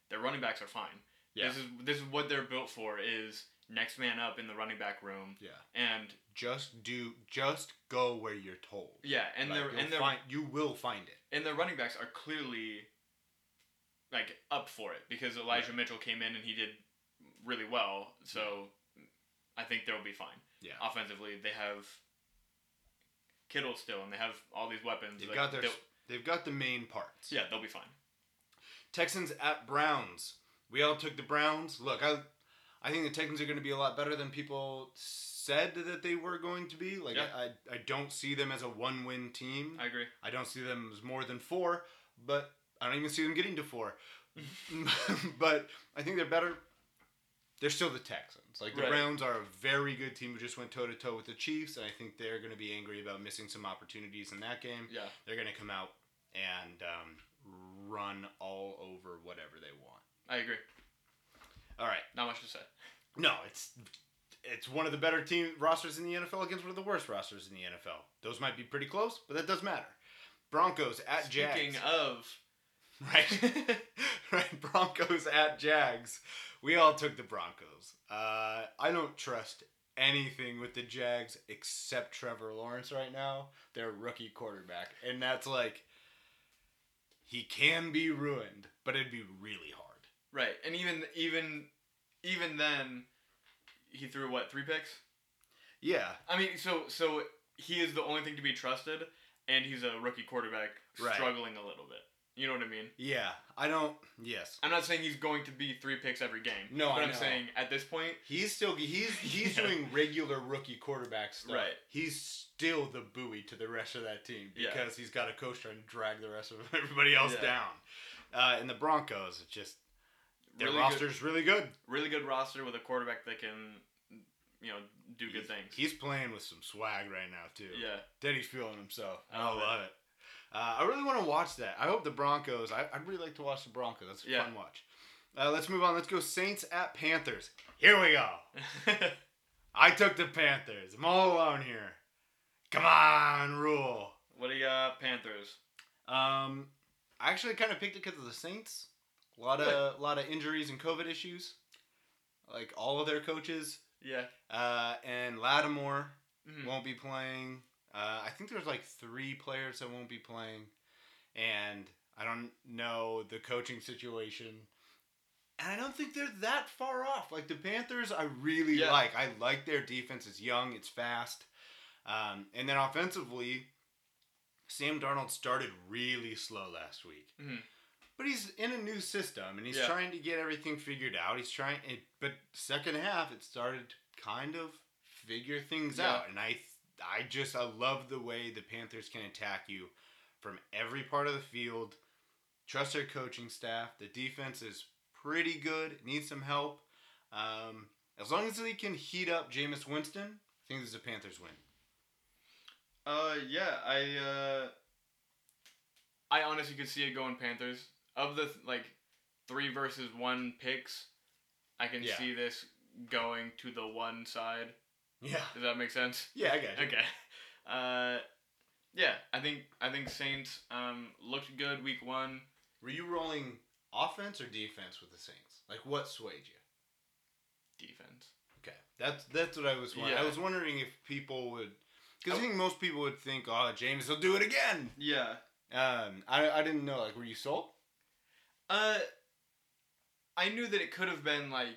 [SPEAKER 2] their running backs are fine.
[SPEAKER 1] Yeah.
[SPEAKER 2] This is this is what they're built for: is next man up in the running back room,
[SPEAKER 1] Yeah.
[SPEAKER 2] and
[SPEAKER 1] Just do just go where you're told.
[SPEAKER 2] yeah, and
[SPEAKER 1] Like,
[SPEAKER 2] their
[SPEAKER 1] you'll
[SPEAKER 2] and their
[SPEAKER 1] find, you will find it.
[SPEAKER 2] and their running backs are clearly like up for it because Elijah Mitchell came in and he did really well. So I think they'll be fine.
[SPEAKER 1] Yeah.
[SPEAKER 2] Offensively, they have Kittle still, and they have all these weapons.
[SPEAKER 1] They've
[SPEAKER 2] Like,
[SPEAKER 1] got their
[SPEAKER 2] they'll-
[SPEAKER 1] they've got the main parts.
[SPEAKER 2] yeah, they'll be fine.
[SPEAKER 1] Texans at Browns. We all took the Browns. Look, I I think the Texans are going to be a lot better than people said that they were going to be. Like
[SPEAKER 2] Yeah.
[SPEAKER 1] I, I don't see them as a one-win team.
[SPEAKER 2] I agree.
[SPEAKER 1] I don't see them as more than 4, but I don't even see them getting to 4. but I think they're better they're still the Texans. Like the
[SPEAKER 2] Right.
[SPEAKER 1] Browns are a very good team who just went toe to toe with the Chiefs, and I think they're going to be angry about missing some opportunities in that game.
[SPEAKER 2] Yeah.
[SPEAKER 1] They're going to come out and um, run all over whatever they want.
[SPEAKER 2] I agree.
[SPEAKER 1] All right.
[SPEAKER 2] Not much to say.
[SPEAKER 1] No, it's it's one of the better team rosters in the NFL against one of the worst rosters in the NFL. Those might be pretty close, but that does matter. Broncos at
[SPEAKER 2] Speaking
[SPEAKER 1] Jags.
[SPEAKER 2] of,
[SPEAKER 1] Right. right. Broncos at Jags. We all took the Broncos. Uh, I don't trust anything with the Jags except Trevor Lawrence right now, their rookie quarterback. And that's like, he can be ruined, but it'd be really hard.
[SPEAKER 2] right, and even even even then, he threw what three picks?
[SPEAKER 1] Yeah.
[SPEAKER 2] I mean, so so he is the only thing to be trusted, and he's a rookie quarterback
[SPEAKER 1] Right.
[SPEAKER 2] struggling a little bit. You know what I mean?
[SPEAKER 1] Yeah. I don't. Yes.
[SPEAKER 2] I'm not saying he's going to be three picks every game.
[SPEAKER 1] No,
[SPEAKER 2] but
[SPEAKER 1] I
[SPEAKER 2] am
[SPEAKER 1] know.
[SPEAKER 2] saying at this point,
[SPEAKER 1] He's still he's he's
[SPEAKER 2] Yeah.
[SPEAKER 1] doing regular rookie quarterback stuff.
[SPEAKER 2] Right.
[SPEAKER 1] He's still the buoy to the rest of that team
[SPEAKER 2] Yeah.
[SPEAKER 1] because he's got a coach trying to drag the rest of everybody else
[SPEAKER 2] Yeah.
[SPEAKER 1] down. Uh, and the Broncos, it's just their
[SPEAKER 2] Really good-
[SPEAKER 1] roster's really good.
[SPEAKER 2] really good roster with a quarterback that can, you know, do good things.
[SPEAKER 1] He's playing with some swag right now too.
[SPEAKER 2] yeah,
[SPEAKER 1] Daddy's feeling himself.
[SPEAKER 2] I
[SPEAKER 1] I love,
[SPEAKER 2] love it.
[SPEAKER 1] it. Uh, I really want to watch that. I hope the Broncos. I, I'd really like to watch the Broncos. That's a
[SPEAKER 2] Yeah.
[SPEAKER 1] fun watch. Uh, let's move on. Let's go Saints at Panthers. Here we go. I took the Panthers. I'm all alone here. Come on, rule.
[SPEAKER 2] what do you got, Panthers?
[SPEAKER 1] Um, I actually kind of picked it because of the Saints. A lot of lot of injuries and COVID issues, like all of their coaches.
[SPEAKER 2] Yeah,
[SPEAKER 1] Uh, and Lattimore
[SPEAKER 2] Mhm.
[SPEAKER 1] won't be playing. Uh, I think there's like three players that won't be playing, and I don't know the coaching situation. And I don't think they're that far off. Like the Panthers, I really
[SPEAKER 2] Yeah.
[SPEAKER 1] like. I like their defense. It's young. It's fast. Um, and then offensively, Sam Darnold started really slow last week.
[SPEAKER 2] Mhm.
[SPEAKER 1] But he's in a new system and he's
[SPEAKER 2] Yeah.
[SPEAKER 1] trying to get everything figured out. He's trying it, but second half it started to kind of figure things
[SPEAKER 2] Yeah.
[SPEAKER 1] out and I I just I love the way the Panthers can attack you from every part of the field. Trust their coaching staff. The defense is pretty good. It needs some help. Um, as long as they can heat up Jameis Winston, I think this is a Panthers win.
[SPEAKER 2] Uh, yeah, I uh, I honestly could see it going Panthers. Of the like three versus one picks, I can
[SPEAKER 1] Yeah.
[SPEAKER 2] see this going to the one side.
[SPEAKER 1] Yeah.
[SPEAKER 2] Does that make sense?
[SPEAKER 1] Yeah, I got you.
[SPEAKER 2] Okay. Uh, yeah, I think I think Saints um looked good week one.
[SPEAKER 1] Were you rolling offense or defense with the Saints? Like what swayed you?
[SPEAKER 2] Defense.
[SPEAKER 1] Okay, that's that's what I was wondering. I
[SPEAKER 2] Yeah. Oh.
[SPEAKER 1] was wondering if people would, because I think most people would think, "Oh, James will do it again."
[SPEAKER 2] Yeah.
[SPEAKER 1] Um, I, I didn't know. Like, were you sold?
[SPEAKER 2] Uh, I knew that it could have been like,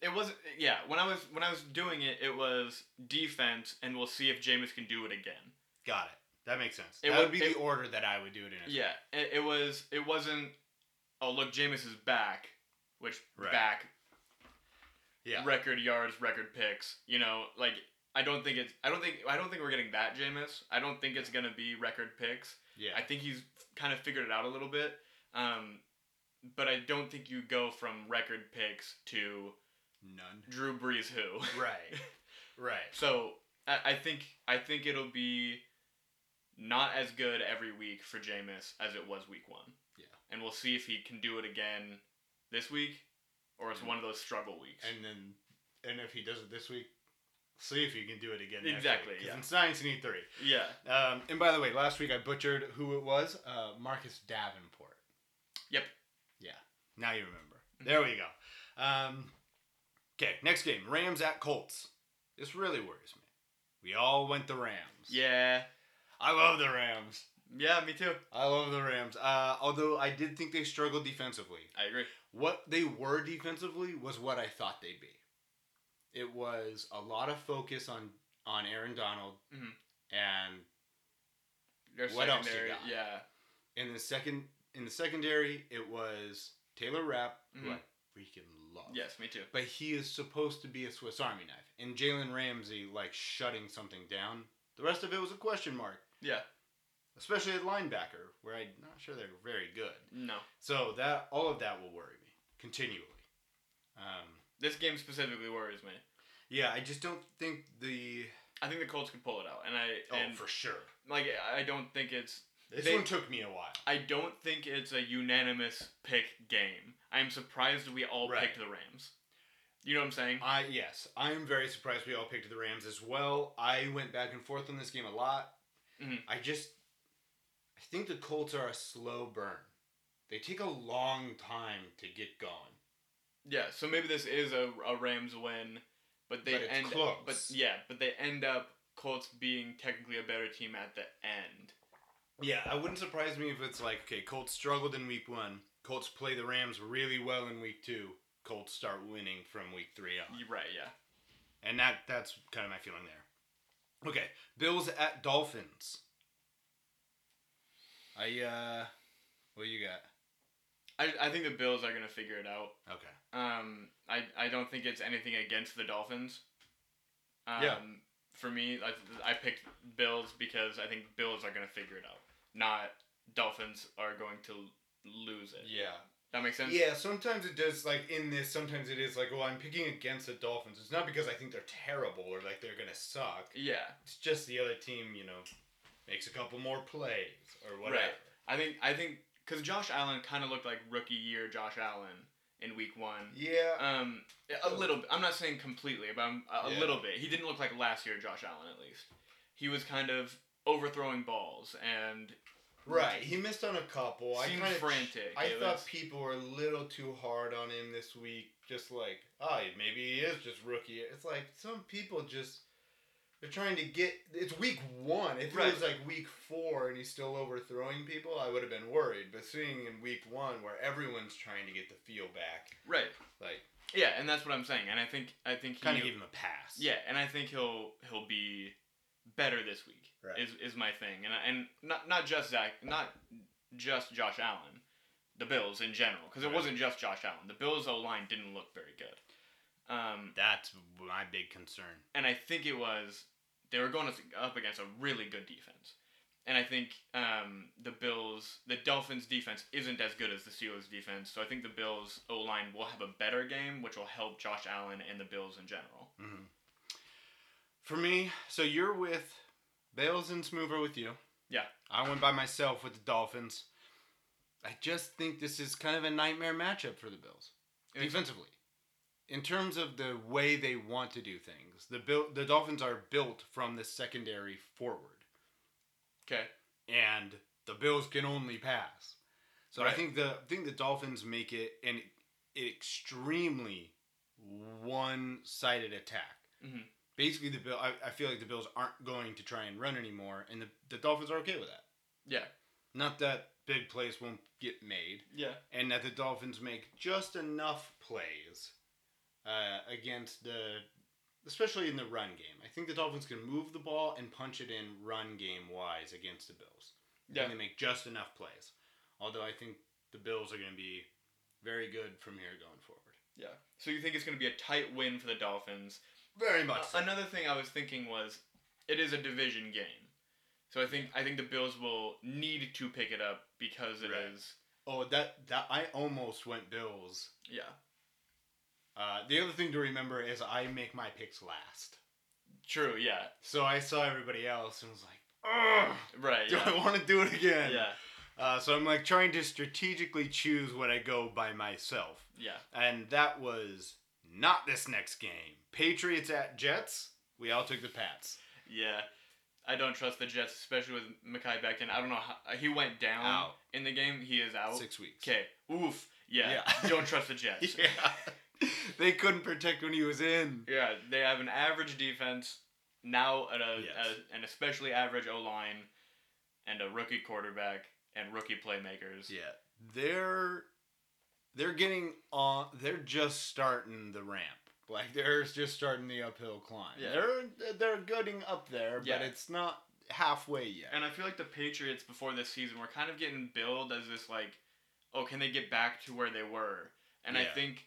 [SPEAKER 2] it wasn't. Yeah, when I was when I was doing it, it was defense, and we'll see if Jameis can do it again.
[SPEAKER 1] Got it. That makes sense.
[SPEAKER 2] It
[SPEAKER 1] that
[SPEAKER 2] would-
[SPEAKER 1] would be
[SPEAKER 2] it-
[SPEAKER 1] the order that I would do it in.
[SPEAKER 2] Yeah, it, it was. It wasn't. Oh look, Jameis is back, which
[SPEAKER 1] Right.
[SPEAKER 2] back
[SPEAKER 1] yeah,
[SPEAKER 2] record yards, record picks. You know, like I don't think it's. I don't think. I don't think we're getting that Jameis. I don't think it's gonna be record picks.
[SPEAKER 1] yeah.
[SPEAKER 2] I think he's kind of figured it out a little bit. Um, but I don't think you go from record picks to
[SPEAKER 1] None.
[SPEAKER 2] Drew Brees who.
[SPEAKER 1] Right. Right.
[SPEAKER 2] So I, I think I think it'll be not as good every week for Jameis as it was week one.
[SPEAKER 1] Yeah.
[SPEAKER 2] And we'll see if he can do it again this week or it's one of those struggle weeks.
[SPEAKER 1] And then, and if he does it this week, see if he can do it again.
[SPEAKER 2] Exactly,
[SPEAKER 1] Next week. 'Cause
[SPEAKER 2] yeah.
[SPEAKER 1] In science, you need three.
[SPEAKER 2] yeah.
[SPEAKER 1] Um, and by the way, last week I butchered who it was. Uh, Marcus Davenport.
[SPEAKER 2] Yep.
[SPEAKER 1] Yeah. Now you remember. There
[SPEAKER 2] Mm-hmm.
[SPEAKER 1] we go. Um, okay. Next game: Rams at Colts. This really worries me. We all went the Rams.
[SPEAKER 2] Yeah.
[SPEAKER 1] I love the Rams.
[SPEAKER 2] Yeah, me too.
[SPEAKER 1] I love the Rams. Uh, although I did think they struggled defensively.
[SPEAKER 2] I agree.
[SPEAKER 1] What they were defensively was what I thought they'd be. It was a lot of focus on on Aaron Donald
[SPEAKER 2] Mhm.
[SPEAKER 1] and
[SPEAKER 2] Their
[SPEAKER 1] What else you
[SPEAKER 2] secondary-
[SPEAKER 1] got?
[SPEAKER 2] Yeah.
[SPEAKER 1] in the second in the secondary it was Taylor Rapp, who I
[SPEAKER 2] Mm-hmm.
[SPEAKER 1] freaking love.
[SPEAKER 2] Yes, me too.
[SPEAKER 1] But he is supposed to be a Swiss Army knife. And Jalen Ramsey like shutting something down. The rest of it was a question mark.
[SPEAKER 2] Yeah.
[SPEAKER 1] Especially at linebacker, where I'm not sure they're very good.
[SPEAKER 2] No.
[SPEAKER 1] So that all of that will worry me continually. Um,
[SPEAKER 2] This game specifically worries me.
[SPEAKER 1] Yeah, I just don't think the.
[SPEAKER 2] I think the Colts could pull it out, and I.
[SPEAKER 1] Oh,
[SPEAKER 2] and,
[SPEAKER 1] for sure.
[SPEAKER 2] Like I don't think it's.
[SPEAKER 1] This
[SPEAKER 2] they-
[SPEAKER 1] one took me a while.
[SPEAKER 2] I don't think it's a unanimous pick game. I'm surprised we all
[SPEAKER 1] Right. Uh,
[SPEAKER 2] picked the Rams. You know what I'm saying?
[SPEAKER 1] I yes, I am very surprised we all picked the Rams as well. I went back and forth on this game a lot.
[SPEAKER 2] Mhm.
[SPEAKER 1] I just I think the Colts are a slow burn. They take a long time to get going.
[SPEAKER 2] Yeah, so maybe this is a, a Rams win, but they
[SPEAKER 1] But it's
[SPEAKER 2] end
[SPEAKER 1] close.
[SPEAKER 2] but yeah, but they end up Colts being technically a better team at the end.
[SPEAKER 1] Yeah, I wouldn't surprise me if it's like okay, Colts struggled in week 1. Colts play the Rams really well in week 2. Colts start winning from week 3 on.
[SPEAKER 2] You're right, yeah.
[SPEAKER 1] And that that's kind of my feeling there. Okay, Bills at Dolphins. I uh what you got?
[SPEAKER 2] I, I think the Bills are gonna figure it out.
[SPEAKER 1] Okay.
[SPEAKER 2] Um, I, I don't think it's anything against the Dolphins. Um,
[SPEAKER 1] Yeah.
[SPEAKER 2] For me, I, I picked Bills because I think Bills are gonna figure it out, not Dolphins are going to lose it.
[SPEAKER 1] Yeah.
[SPEAKER 2] That makes sense.
[SPEAKER 1] Yeah, sometimes it does like in this, sometimes it is like, well, I'm picking against the Dolphins. It's not because I think they're terrible or like they're gonna suck.
[SPEAKER 2] Yeah.
[SPEAKER 1] It's just the other team, you know, makes a couple more plays or whatever.
[SPEAKER 2] Right. I think I think because Josh Allen kind of looked like rookie year Josh Allen in Week One.
[SPEAKER 1] Yeah.
[SPEAKER 2] Um, a little. bit. I'm not saying completely, but I'm, a
[SPEAKER 1] Yeah.
[SPEAKER 2] little bit. He didn't look like last year Josh Allen at least. He was kind of overthrowing balls and
[SPEAKER 1] Right. He missed on a couple. I
[SPEAKER 2] Seemed
[SPEAKER 1] kinda,
[SPEAKER 2] frantic.
[SPEAKER 1] I
[SPEAKER 2] It
[SPEAKER 1] thought
[SPEAKER 2] was-
[SPEAKER 1] people were a little too hard on him this week. Just like, oh, maybe he is just rookie. It's like some people just. They're trying to get. It's week one. If it was
[SPEAKER 2] Right.
[SPEAKER 1] like week four and he's still overthrowing people, I would have been worried. But seeing in week one where everyone's trying to get the feel back,
[SPEAKER 2] right.
[SPEAKER 1] like
[SPEAKER 2] Yeah, and that's what I'm saying. And I think I think he
[SPEAKER 1] kind of give him a pass.
[SPEAKER 2] Yeah, and I think he'll he'll be better this week.
[SPEAKER 1] Right.
[SPEAKER 2] Is is my thing, and I- and not not just Zach, not just Josh Allen, the Bills in general, because it
[SPEAKER 1] Right.
[SPEAKER 2] wasn't just Josh Allen. The Bills O line didn't look very good, um,
[SPEAKER 1] That's my big concern.
[SPEAKER 2] and I think it was they were going up against a really good defense, and I think um, the Bills, the Dolphins defense isn't as good as the Steelers defense, so I think the Bills O line will have a better game, which will help Josh Allen and the Bills in general.
[SPEAKER 1] hmm For me, so you're with Bales and Smoover with you.
[SPEAKER 2] Yeah.
[SPEAKER 1] I went by myself with the Dolphins. I just think this is kind of a nightmare matchup for the Bills
[SPEAKER 2] It is-
[SPEAKER 1] defensively. In terms of the way they want to do things, the Bill, the Dolphins are built from the secondary forward,
[SPEAKER 2] Okay.
[SPEAKER 1] and the Bills can only pass. So I
[SPEAKER 2] Right.
[SPEAKER 1] think the I think the Dolphins make it an extremely one-sided attack
[SPEAKER 2] Mhm.
[SPEAKER 1] basically the bill I, I feel like the bills aren't going to try and run anymore and the, the dolphins are okay with that
[SPEAKER 2] Yeah.
[SPEAKER 1] not that big plays won't get made
[SPEAKER 2] Yeah.
[SPEAKER 1] and that the dolphins make just enough plays uh, against the especially in the run game i think the dolphins can move the ball and punch it in run game wise against the bills
[SPEAKER 2] Yeah.
[SPEAKER 1] and they make just enough plays although i think the bills are going to be very good from here going forward
[SPEAKER 2] Yeah. So you think it's going to be a tight win for the Dolphins?
[SPEAKER 1] very much so.
[SPEAKER 2] Uh, another thing I was thinking was, it is a division game, so I think I think the Bills will need to pick it up because it is.
[SPEAKER 1] Right. oh that that i almost went bills
[SPEAKER 2] yeah.
[SPEAKER 1] Uh, the other thing to remember is I make my picks last.
[SPEAKER 2] True. Yeah.
[SPEAKER 1] So I saw everybody else and was like, Ugh,
[SPEAKER 2] Right.
[SPEAKER 1] do
[SPEAKER 2] Yeah.
[SPEAKER 1] I want to do it again?
[SPEAKER 2] yeah.
[SPEAKER 1] Uh, so I'm like trying to strategically choose what I go by myself.
[SPEAKER 2] Yeah.
[SPEAKER 1] And that was not this next game. Patriots at Jets. We all took the Pats.
[SPEAKER 2] Yeah. I don't trust the Jets, especially with Mackay Becton. I don't know how he went down
[SPEAKER 1] Out.
[SPEAKER 2] in the game. He is out.
[SPEAKER 1] Six weeks.
[SPEAKER 2] Okay. Oof. Yeah.
[SPEAKER 1] Yeah.
[SPEAKER 2] don't trust the Jets.
[SPEAKER 1] Yeah. they couldn't protect when he was in.
[SPEAKER 2] Yeah, they have an average defense now, at a,
[SPEAKER 1] Yes.
[SPEAKER 2] a- an especially average O line, and a rookie quarterback and rookie playmakers.
[SPEAKER 1] Yeah. They're they're getting on they're just starting the ramp. Like they're just starting the uphill climb.
[SPEAKER 2] Yeah.
[SPEAKER 1] They're they're getting up there, but
[SPEAKER 2] Yeah.
[SPEAKER 1] it's not halfway yet.
[SPEAKER 2] And I feel like the Patriots before this season were kind of getting billed as this like, oh, can they get back to where they were? And I
[SPEAKER 1] Yeah.
[SPEAKER 2] think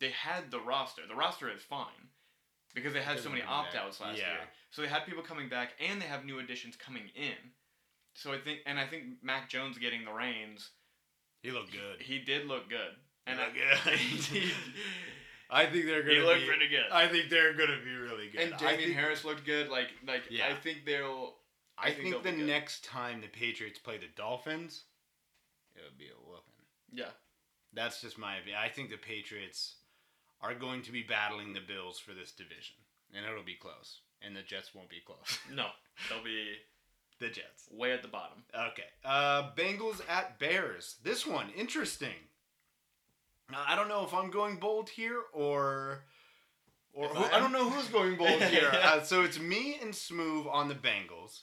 [SPEAKER 2] they had the roster. The roster is fine because they had so many
[SPEAKER 1] They're coming
[SPEAKER 2] opt
[SPEAKER 1] back.
[SPEAKER 2] outs last
[SPEAKER 1] Yeah.
[SPEAKER 2] year. So they had people coming back, and they have new additions coming in. So I think, and I think Mac Jones getting the reins,
[SPEAKER 1] he looked good.
[SPEAKER 2] he did look good.
[SPEAKER 1] He
[SPEAKER 2] And I,
[SPEAKER 1] looked good.
[SPEAKER 2] he,
[SPEAKER 1] I think they're gonna.
[SPEAKER 2] He looked
[SPEAKER 1] be,
[SPEAKER 2] pretty good.
[SPEAKER 1] I think they're gonna be really good.
[SPEAKER 2] And
[SPEAKER 1] I
[SPEAKER 2] Damien
[SPEAKER 1] think-
[SPEAKER 2] Harris looked good. Like like
[SPEAKER 1] Yeah.
[SPEAKER 2] I think they'll.
[SPEAKER 1] I, think,
[SPEAKER 2] they'll
[SPEAKER 1] the
[SPEAKER 2] be good.
[SPEAKER 1] next time the Patriots play the Dolphins, it'll be a whooping.
[SPEAKER 2] Yeah.
[SPEAKER 1] That's just my opinion. I think the Patriots are going to be battling the Bills for this division, and it'll be close. And the Jets won't be close.
[SPEAKER 2] No, they'll be
[SPEAKER 1] the Jets.
[SPEAKER 2] way at the bottom.
[SPEAKER 1] Okay. Uh, Bengals at Bears. This one interesting. Now, I don't know if I'm going bold here or. Or
[SPEAKER 2] If
[SPEAKER 1] who,
[SPEAKER 2] I
[SPEAKER 1] I,
[SPEAKER 2] am.
[SPEAKER 1] don't know who's going bold here.
[SPEAKER 2] Yeah.
[SPEAKER 1] uh, so it's me and Smoove on the Bengals,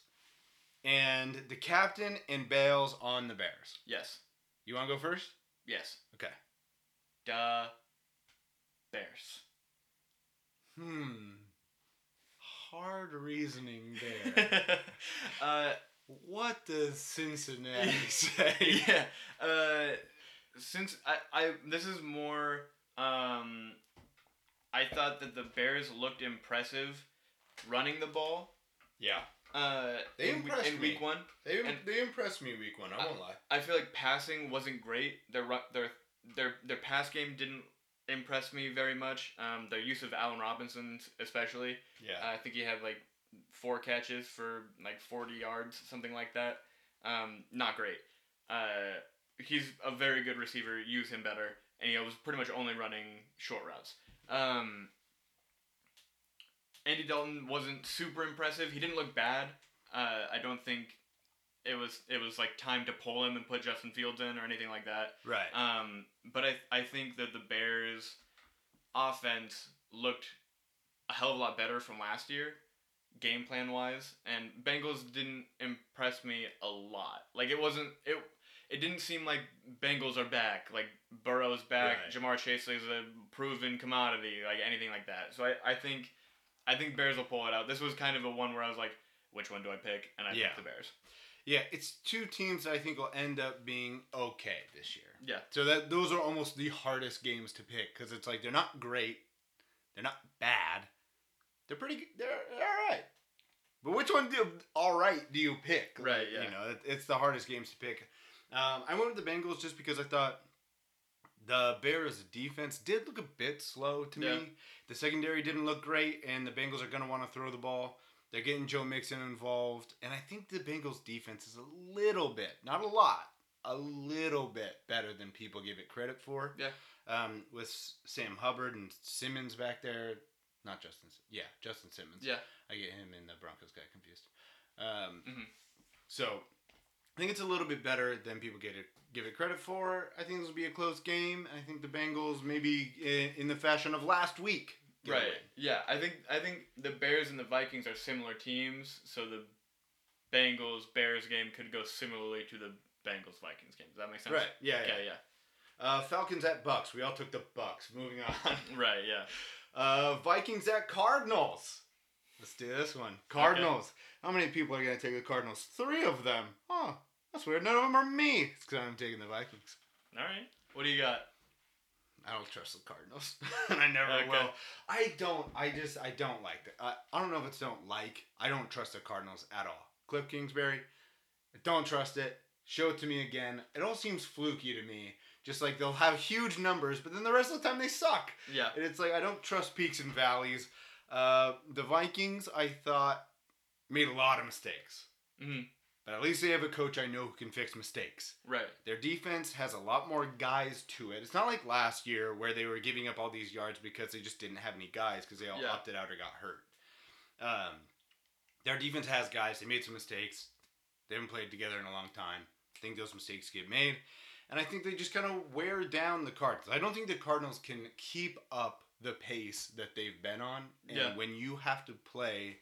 [SPEAKER 1] and the captain and Bales on the Bears.
[SPEAKER 2] Yes.
[SPEAKER 1] You want to go first?
[SPEAKER 2] Yes.
[SPEAKER 1] Okay.
[SPEAKER 2] Duh. Bears.
[SPEAKER 1] Hmm. Hard reasoning there.
[SPEAKER 2] uh,
[SPEAKER 1] what does Cincinnati say?
[SPEAKER 2] yeah. Uh, since I, I this is more um, I thought that the Bears looked impressive running the ball.
[SPEAKER 1] Yeah.
[SPEAKER 2] Uh,
[SPEAKER 1] They
[SPEAKER 2] in, we-
[SPEAKER 1] impressed
[SPEAKER 2] in week
[SPEAKER 1] me.
[SPEAKER 2] one.
[SPEAKER 1] They,
[SPEAKER 2] And-
[SPEAKER 1] they impressed me week one. I won't lie.
[SPEAKER 2] I feel like passing wasn't great. Their ru- their their their pass game didn't impress me very much. Um, their use of Allen Robinson especially.
[SPEAKER 1] Yeah.
[SPEAKER 2] I think he had like four catches for like 40 yards, something like that. Um, not great. Uh, he's a very good receiver. Use him better. And he was pretty much only running short routes. Um, Andy Dalton wasn't super impressive. He didn't look bad. Uh, I don't think it was it was like time to pull him and put Justin Fields in or anything like that.
[SPEAKER 1] right.
[SPEAKER 2] Um, but I, I think that the Bears' offense looked a hell of a lot better from last year, game plan wise, and Bengals didn't impress me a lot. Like it wasn't it. It didn't seem like Bengals are back. Like Burrow's back.
[SPEAKER 1] Right.
[SPEAKER 2] Jamar Chase is a proven commodity. Like anything like that. So I, I think, I think Bears will pull it out. This was kind of a one where I was like, which one do I pick? And I
[SPEAKER 1] Yeah.
[SPEAKER 2] picked the Bears.
[SPEAKER 1] yeah, it's two teams that I think will end up being okay this year.
[SPEAKER 2] Yeah.
[SPEAKER 1] So that those are almost the hardest games to pick because it's like they're not great, they're not bad, they're pretty, g- they're, they're all right. But which one do all right do you pick? Like,
[SPEAKER 2] Right, yeah.
[SPEAKER 1] You know, it- it's the hardest games to pick. Um, I went with the Bengals just because I thought the Bears' defense did look a bit slow to
[SPEAKER 2] Yeah.
[SPEAKER 1] me. The secondary didn't look great, and the Bengals are going to want to throw the ball. They're getting Joe Mixon involved, and I think the Bengals' defense is a little bit, not a lot, a little bit better than people give it credit for.
[SPEAKER 2] Yeah.
[SPEAKER 1] Um, with S- Sam Hubbard and Simmons back there, not Justin. Sim- Yeah, Justin Simmons.
[SPEAKER 2] Yeah.
[SPEAKER 1] I get him and the Broncos guy confused. Um,
[SPEAKER 2] Mhm.
[SPEAKER 1] So I think it's a little bit better than people get it, give it credit for. I think this will be a close game. I think the Bengals maybe i- in the fashion of last week. get a
[SPEAKER 2] Right.
[SPEAKER 1] win.
[SPEAKER 2] Yeah, I think I think the Bears and the Vikings are similar teams, so the Bengals Bears game could go similarly to the Bengals Vikings game. Does that make sense?
[SPEAKER 1] Right. Yeah.
[SPEAKER 2] Yeah,
[SPEAKER 1] yeah.
[SPEAKER 2] yeah.
[SPEAKER 1] Uh, Falcons at Bucks. We all took the Bucks. Moving on.
[SPEAKER 2] Right, yeah.
[SPEAKER 1] Uh, Vikings at Cardinals. Let's do this one. Cardinals. How many people are going to take the Cardinals? Three of them. Huh. That's weird. None of them are me. It's because I'm taking the Vikings.
[SPEAKER 2] All right. What do you got?
[SPEAKER 1] I don't trust the Cardinals, and I never
[SPEAKER 2] Okay.
[SPEAKER 1] will. I don't. I just. I don't like that. I, I don't know if it's don't like. I don't trust the Cardinals at all. Cliff Kingsbury, I don't trust it. Show it to me again. It all seems fluky to me. Just like they'll have huge numbers, but then the rest of the time they suck.
[SPEAKER 2] Yeah.
[SPEAKER 1] And it's like I don't trust peaks and valleys. Uh, the Vikings, I thought, made a lot of mistakes,
[SPEAKER 2] Mhm.
[SPEAKER 1] but at least they have a coach I know who can fix mistakes.
[SPEAKER 2] Right.
[SPEAKER 1] Their defense has a lot more guys to it. It's not like last year where they were giving up all these yards because they just didn't have any guys because they all
[SPEAKER 2] Yeah.
[SPEAKER 1] opted out or got hurt. Um, their defense has guys. They made some mistakes. They haven't played together in a long time. I think those mistakes get made. And I think they just kind of wear down the Cardinals. I don't think the Cardinals can keep up the pace that they've been on. And
[SPEAKER 2] Yeah.
[SPEAKER 1] when you have to play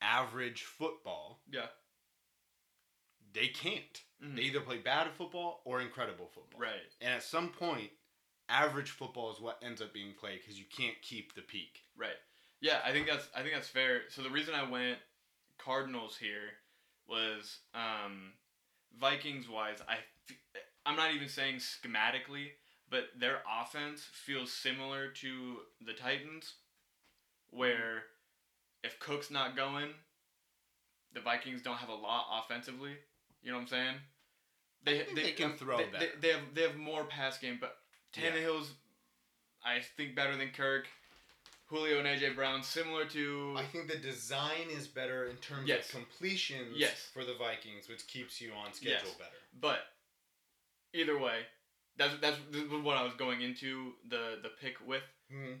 [SPEAKER 1] average football,
[SPEAKER 2] Yeah.
[SPEAKER 1] they can't.
[SPEAKER 2] Mhm.
[SPEAKER 1] They either play bad football or incredible football.
[SPEAKER 2] Right.
[SPEAKER 1] And at some point, average football is what ends up being played because you can't keep the peak.
[SPEAKER 2] Right. Yeah, I think that's I think that's fair. So the reason I went Cardinals here was um, Vikings wise. I f- I'm not even saying schematically, but their offense feels similar to the Titans, where
[SPEAKER 1] Mm-hmm.
[SPEAKER 2] if Cook's not going, the Vikings don't have a lot offensively. You know what I'm saying? They
[SPEAKER 1] think they can throw
[SPEAKER 2] they,
[SPEAKER 1] better.
[SPEAKER 2] They, they have they have more pass game, but
[SPEAKER 1] Yeah.
[SPEAKER 2] Tannehill's I think better than Kirk. Julio and AJ Brown, similar to
[SPEAKER 1] I think the design is better in terms
[SPEAKER 2] Yes.
[SPEAKER 1] of completions
[SPEAKER 2] Yes.
[SPEAKER 1] for the Vikings, which keeps you on schedule
[SPEAKER 2] Yes.
[SPEAKER 1] better.
[SPEAKER 2] But either way, that's that's this was what I was going into the the pick with.
[SPEAKER 1] hmm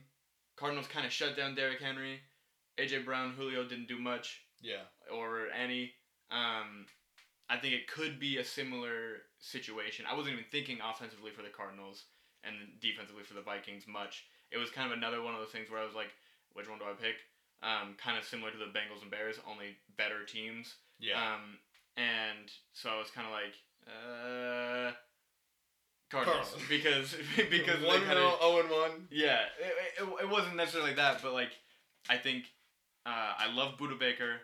[SPEAKER 2] Cardinals kind of shut down Derrick Henry. AJ Brown, Julio didn't do much
[SPEAKER 1] Yeah.
[SPEAKER 2] or any. Um, I think it could be a similar situation. I wasn't even thinking offensively for the Cardinals and defensively for the Vikings much. It was kind of another one of those things where I was like, which one do I pick? Um, kind of similar to the Bengals and Bears, only better teams.
[SPEAKER 1] Yeah.
[SPEAKER 2] Um, and so I was kind of like, uh, Cardinals
[SPEAKER 1] Cardinals.
[SPEAKER 2] because because they
[SPEAKER 1] one and
[SPEAKER 2] kinda-
[SPEAKER 1] oh, oh and one.
[SPEAKER 2] yeah, it, it, it wasn't necessarily that, but like I think uh, I love Buda Baker.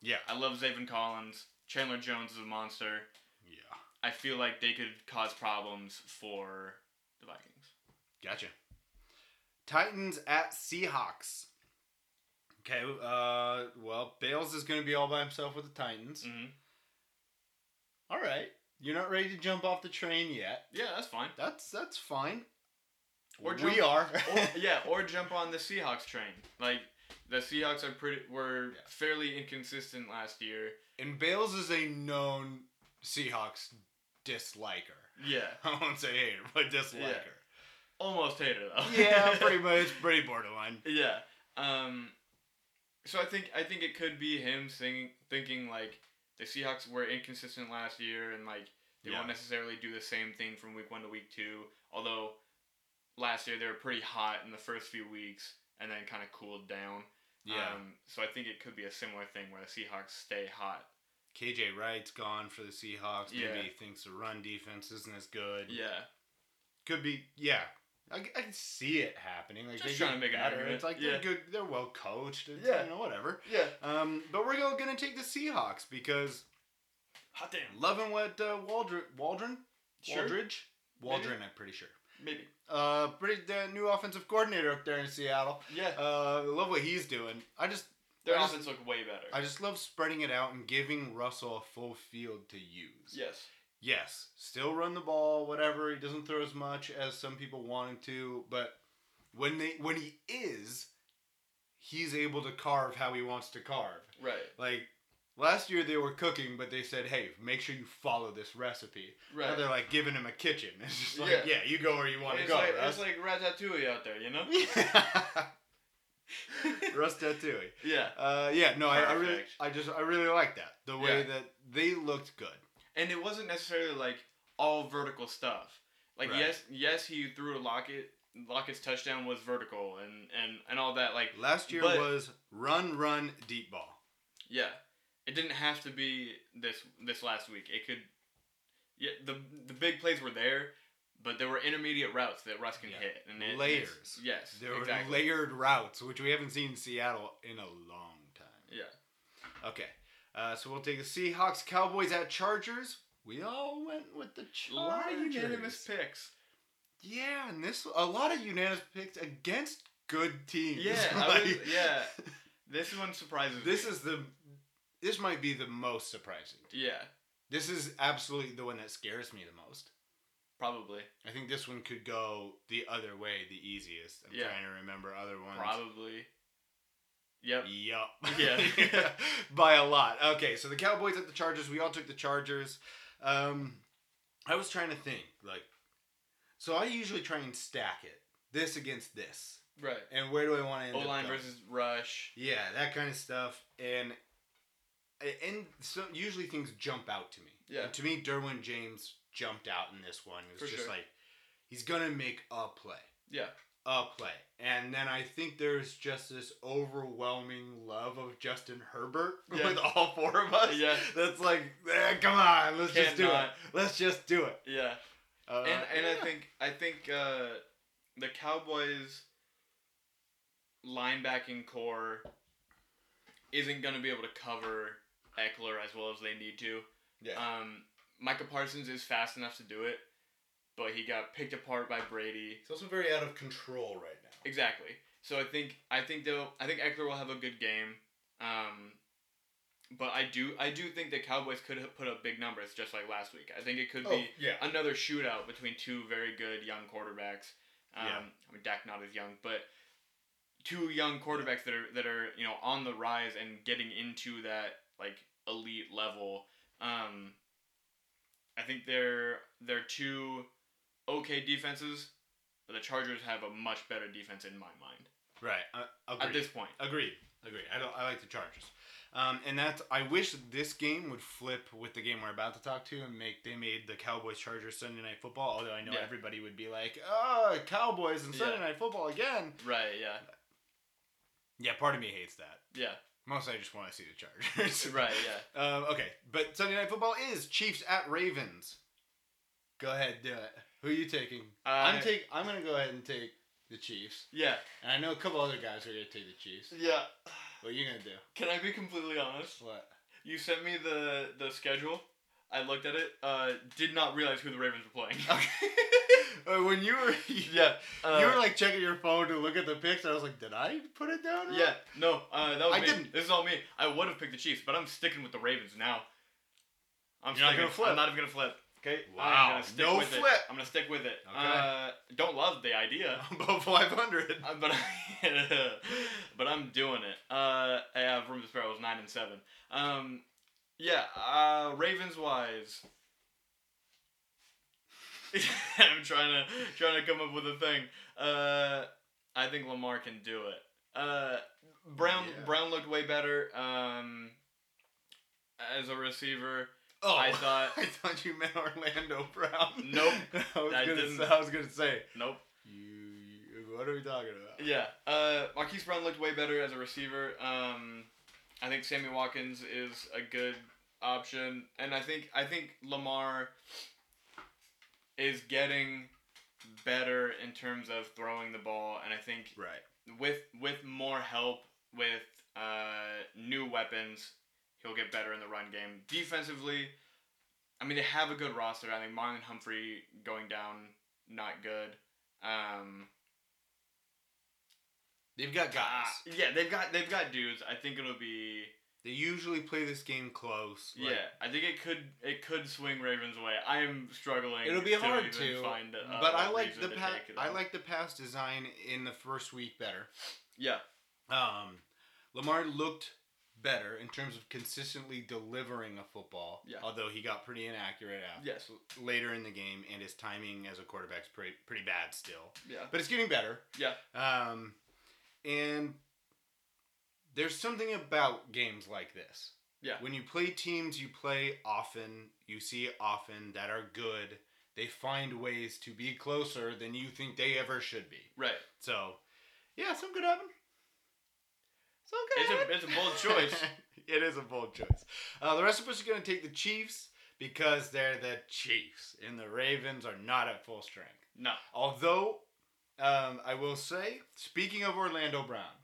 [SPEAKER 1] Yeah.
[SPEAKER 2] I love Zayvon Collins. Chandler Jones is a monster.
[SPEAKER 1] Yeah.
[SPEAKER 2] I feel like they could cause problems for the Vikings.
[SPEAKER 1] Gotcha. Titans at Seahawks. Okay. Uh. Well, Bales is going to be all by himself with the Titans.
[SPEAKER 2] hmm
[SPEAKER 1] All right. You're not ready to jump off the train yet.
[SPEAKER 2] Yeah, that's fine.
[SPEAKER 1] That's that's fine.
[SPEAKER 2] Or
[SPEAKER 1] we
[SPEAKER 2] jump-
[SPEAKER 1] are.
[SPEAKER 2] or, yeah, or jump on the Seahawks train. Like the Seahawks are pretty were
[SPEAKER 1] Yeah.
[SPEAKER 2] fairly inconsistent last year.
[SPEAKER 1] and Bales is a known Seahawks disliker.
[SPEAKER 2] Yeah,
[SPEAKER 1] I won't say hater, but disliker.
[SPEAKER 2] almost hater though.
[SPEAKER 1] Yeah, pretty much. It's pretty borderline.
[SPEAKER 2] Yeah. Um, so I think I think it could be him singing, thinking like the Seahawks were inconsistent last year and like they
[SPEAKER 1] Yeah.
[SPEAKER 2] won't necessarily do the same thing from week one to week two. Although last year they were pretty hot in the first few weeks and then kind of cooled down. Um, so I think it could be a similar thing where the Seahawks stay hot.
[SPEAKER 1] KJ Wright's gone for the Seahawks. Maybe
[SPEAKER 2] Yeah.
[SPEAKER 1] he thinks the run defense isn't as good.
[SPEAKER 2] Yeah.
[SPEAKER 1] Could be. Yeah. I, I can see it happening. Like
[SPEAKER 2] Just
[SPEAKER 1] they
[SPEAKER 2] trying
[SPEAKER 1] get
[SPEAKER 2] to make an
[SPEAKER 1] better.
[SPEAKER 2] argument.
[SPEAKER 1] It's like
[SPEAKER 2] Yeah.
[SPEAKER 1] they're good. They're well coached. It's,
[SPEAKER 2] Yeah.
[SPEAKER 1] You know, whatever.
[SPEAKER 2] Yeah.
[SPEAKER 1] Um, but we're go- gonna take the Seahawks because
[SPEAKER 2] Hot damn.
[SPEAKER 1] loving what uh, Waldron Waldron
[SPEAKER 2] Sure.
[SPEAKER 1] Waldridge
[SPEAKER 2] Maybe.
[SPEAKER 1] Waldron, I'm pretty sure.
[SPEAKER 2] Maybe.
[SPEAKER 1] Uh, pretty the new offensive coordinator up there in Seattle.
[SPEAKER 2] Yeah.
[SPEAKER 1] Uh, love what he's doing. I just
[SPEAKER 2] Their
[SPEAKER 1] I just-
[SPEAKER 2] offense looked way better.
[SPEAKER 1] I just love spreading it out and giving Russell a full field to use.
[SPEAKER 2] yes.
[SPEAKER 1] Yes, still run the ball, whatever. He doesn't throw as much as some people want him to, but when they when he is, he's able to carve how he wants to carve.
[SPEAKER 2] Right.
[SPEAKER 1] Like last year they were cooking, but they said, "Hey, make sure you follow this recipe."
[SPEAKER 2] Right.
[SPEAKER 1] Now they're like giving him a kitchen. It's just like,
[SPEAKER 2] Yeah.
[SPEAKER 1] yeah, you go where you want to
[SPEAKER 2] it's,
[SPEAKER 1] go.
[SPEAKER 2] like,
[SPEAKER 1] Russ.
[SPEAKER 2] it's like Ratatouille out there, you know?
[SPEAKER 1] Ratatouille.
[SPEAKER 2] yeah.
[SPEAKER 1] Uh, yeah, no, I, I really,
[SPEAKER 2] Perfect.
[SPEAKER 1] I just, I really like that. The way
[SPEAKER 2] Yeah.
[SPEAKER 1] that they looked good.
[SPEAKER 2] and it wasn't necessarily like all vertical stuff. Like
[SPEAKER 1] Right.
[SPEAKER 2] yes, yes, he threw a locket. Lockett's touchdown was vertical and and and all that. Like
[SPEAKER 1] Last year
[SPEAKER 2] But-
[SPEAKER 1] was run, run, deep ball.
[SPEAKER 2] yeah, it didn't have to be this this last week. It could. Yeah, the the big plays were there, but there were intermediate routes that Russ can
[SPEAKER 1] Yeah.
[SPEAKER 2] hit and it- it's-
[SPEAKER 1] Layers.
[SPEAKER 2] Yes,
[SPEAKER 1] There
[SPEAKER 2] exactly.
[SPEAKER 1] were layered routes, which we haven't seen in Seattle in a long time.
[SPEAKER 2] yeah,
[SPEAKER 1] Okay, uh, so we'll take the Seahawks, Cowboys at Chargers. We all went with the
[SPEAKER 2] a
[SPEAKER 1] Chargers.
[SPEAKER 2] lot of unanimous picks.
[SPEAKER 1] Yeah, and this a lot of unanimous picks against good teams.
[SPEAKER 2] Yeah, I was,
[SPEAKER 1] Like,
[SPEAKER 2] yeah. This one surprises me.
[SPEAKER 1] This is the this might be the most surprising.
[SPEAKER 2] yeah,
[SPEAKER 1] This is absolutely the one that scares me the most.
[SPEAKER 2] probably
[SPEAKER 1] I think this one could go the other way the easiest. I'm
[SPEAKER 2] Yeah.
[SPEAKER 1] trying to remember other ones.
[SPEAKER 2] probably. Yep.
[SPEAKER 1] Yup.
[SPEAKER 2] Yeah.
[SPEAKER 1] By a lot. Okay, so the Cowboys at the Chargers. We all took the Chargers. Um, I was trying to think like, so I usually try and stack it this against this,
[SPEAKER 2] Right.
[SPEAKER 1] and where do I want to end
[SPEAKER 2] O
[SPEAKER 1] up
[SPEAKER 2] line
[SPEAKER 1] going?
[SPEAKER 2] versus rush.
[SPEAKER 1] Yeah, that kind of stuff, and and so usually things jump out to me.
[SPEAKER 2] Yeah.
[SPEAKER 1] And to me, Derwin James jumped out in this one. It was
[SPEAKER 2] For
[SPEAKER 1] just
[SPEAKER 2] sure.
[SPEAKER 1] like he's gonna make a play,
[SPEAKER 2] Yeah.
[SPEAKER 1] a play, and then I think there's just this overwhelming love of Justin Herbert
[SPEAKER 2] Yeah.
[SPEAKER 1] with all four of us.
[SPEAKER 2] Yeah.
[SPEAKER 1] that's like, eh, come on, let's just do it.
[SPEAKER 2] Cannot.
[SPEAKER 1] Let's just do it.
[SPEAKER 2] Yeah.
[SPEAKER 1] Uh,
[SPEAKER 2] and and
[SPEAKER 1] yeah.
[SPEAKER 2] I think I think uh, the Cowboys linebacking core isn't gonna be able to cover Eckler as well as they need to.
[SPEAKER 1] yeah,
[SPEAKER 2] Um, Micah Parsons is fast enough to do it, but he got picked apart by Brady.
[SPEAKER 1] he's also very out of control right now.
[SPEAKER 2] Exactly. So I think I think they'll I think Eckler will have a good game. Um, but I do I do think the Cowboys could have put up big numbers just like last week. I think it could
[SPEAKER 1] Oh
[SPEAKER 2] be
[SPEAKER 1] yeah,
[SPEAKER 2] another shootout between two very good young quarterbacks. Um, I mean, Dak not as young, but two young quarterbacks that are that are you know on the rise and getting into that like elite level. Um, I think they're they're two okay defenses, but the Chargers have a much better defense in my mind.
[SPEAKER 1] Right. Uh,
[SPEAKER 2] At this point.
[SPEAKER 1] Agreed. Agreed. I don't. I like the Chargers. Um, and that's. I wish this game would flip with the game we're about to talk to and make they made the Cowboys Chargers Sunday Night Football. Although I know
[SPEAKER 2] Yeah.
[SPEAKER 1] everybody would be like, "Oh, Cowboys and Sunday
[SPEAKER 2] Yeah.
[SPEAKER 1] Night Football again."
[SPEAKER 2] Right. Yeah.
[SPEAKER 1] Yeah, part of me hates that.
[SPEAKER 2] Yeah.
[SPEAKER 1] Mostly, I just want to see the Chargers.
[SPEAKER 2] Right. Yeah.
[SPEAKER 1] Um, okay, but Sunday Night Football is Chiefs at Ravens. Go ahead, do it. Who are you taking? I'm
[SPEAKER 2] I-
[SPEAKER 1] take. I'm gonna go ahead and take the Chiefs.
[SPEAKER 2] Yeah.
[SPEAKER 1] And I know a couple other guys who are gonna take the Chiefs.
[SPEAKER 2] Yeah.
[SPEAKER 1] What are you gonna do?
[SPEAKER 2] Can I be completely honest?
[SPEAKER 1] What?
[SPEAKER 2] You sent me the the schedule. I looked at it. Uh, did not realize who the Ravens were playing.
[SPEAKER 1] Uh, when you were
[SPEAKER 2] yeah. Uh,
[SPEAKER 1] you were like checking your phone to look at the pics, and I was like, did I put it down? wrong?
[SPEAKER 2] Yeah, no, uh, that was
[SPEAKER 1] I
[SPEAKER 2] me.
[SPEAKER 1] didn't.
[SPEAKER 2] This is all me. I would have picked the Chiefs, but I'm sticking with the Ravens now. I'm
[SPEAKER 1] You're not
[SPEAKER 2] sticking.
[SPEAKER 1] gonna flip.
[SPEAKER 2] I'm not even gonna flip. Okay.
[SPEAKER 1] Wow,
[SPEAKER 2] I'm gonna stick
[SPEAKER 1] no
[SPEAKER 2] with it.
[SPEAKER 1] flip.
[SPEAKER 2] I'm gonna stick with it.
[SPEAKER 1] Okay.
[SPEAKER 2] Uh, don't love the idea,
[SPEAKER 1] Above 500.
[SPEAKER 2] uh, but but I'm doing it. Uh, I have room to spare. I was nine and seven. Um, yeah. Uh, Ravens wise. I'm trying to trying to come up with a thing. Uh, I think Lamar can do it. Uh, Brown
[SPEAKER 1] Yeah.
[SPEAKER 2] Brown looked way better um, as a receiver.
[SPEAKER 1] Oh,
[SPEAKER 2] I thought-
[SPEAKER 1] I thought you meant Orlando Brown.
[SPEAKER 2] Nope.
[SPEAKER 1] I was
[SPEAKER 2] I
[SPEAKER 1] gonna.
[SPEAKER 2] didn't.
[SPEAKER 1] Say, I was gonna say.
[SPEAKER 2] Nope.
[SPEAKER 1] You, you. What are we talking about?
[SPEAKER 2] Yeah. Uh, Marquise Brown looked way better as a receiver. Um, I think Sammy Watkins is a good option, and I think I think Lamar is getting better in terms of throwing the ball, and I think
[SPEAKER 1] Right.
[SPEAKER 2] with with more help with uh, new weapons he'll get better in the run game defensively i mean they have a good roster i think marlon humphrey going down not good um,
[SPEAKER 1] They've got guys.
[SPEAKER 2] uh, yeah they've got they've got dudes i think it'll be
[SPEAKER 1] They usually play this game close. like-
[SPEAKER 2] yeah i think it could it could swing ravens way i'm struggling
[SPEAKER 1] It'll be hard
[SPEAKER 2] even
[SPEAKER 1] to,
[SPEAKER 2] find uh,
[SPEAKER 1] but I
[SPEAKER 2] a
[SPEAKER 1] like
[SPEAKER 2] reason
[SPEAKER 1] the
[SPEAKER 2] to
[SPEAKER 1] pa-
[SPEAKER 2] take
[SPEAKER 1] I
[SPEAKER 2] them.
[SPEAKER 1] like the pass design in the first week better.
[SPEAKER 2] yeah
[SPEAKER 1] Um, Lamar looked better in terms of consistently delivering a football.
[SPEAKER 2] Yeah.
[SPEAKER 1] Although he got pretty inaccurate after
[SPEAKER 2] yes
[SPEAKER 1] later in the game, and his timing as a quarterback's pretty pretty bad still.
[SPEAKER 2] yeah
[SPEAKER 1] But it's getting better.
[SPEAKER 2] yeah
[SPEAKER 1] Um, and there's something about games like this.
[SPEAKER 2] Yeah.
[SPEAKER 1] When you play teams you play often, you see often that are good, they find ways to be closer than you think they ever should be.
[SPEAKER 2] right
[SPEAKER 1] So, yeah, some good happen. Some good
[SPEAKER 2] It's a-
[SPEAKER 1] happen.
[SPEAKER 2] it's a bold choice.
[SPEAKER 1] it is a bold choice. Uh, the rest of us are going to take the Chiefs because they're the Chiefs, and the Ravens are not at full strength.
[SPEAKER 2] no
[SPEAKER 1] Although, um, I will say, speaking of Orlando Brown,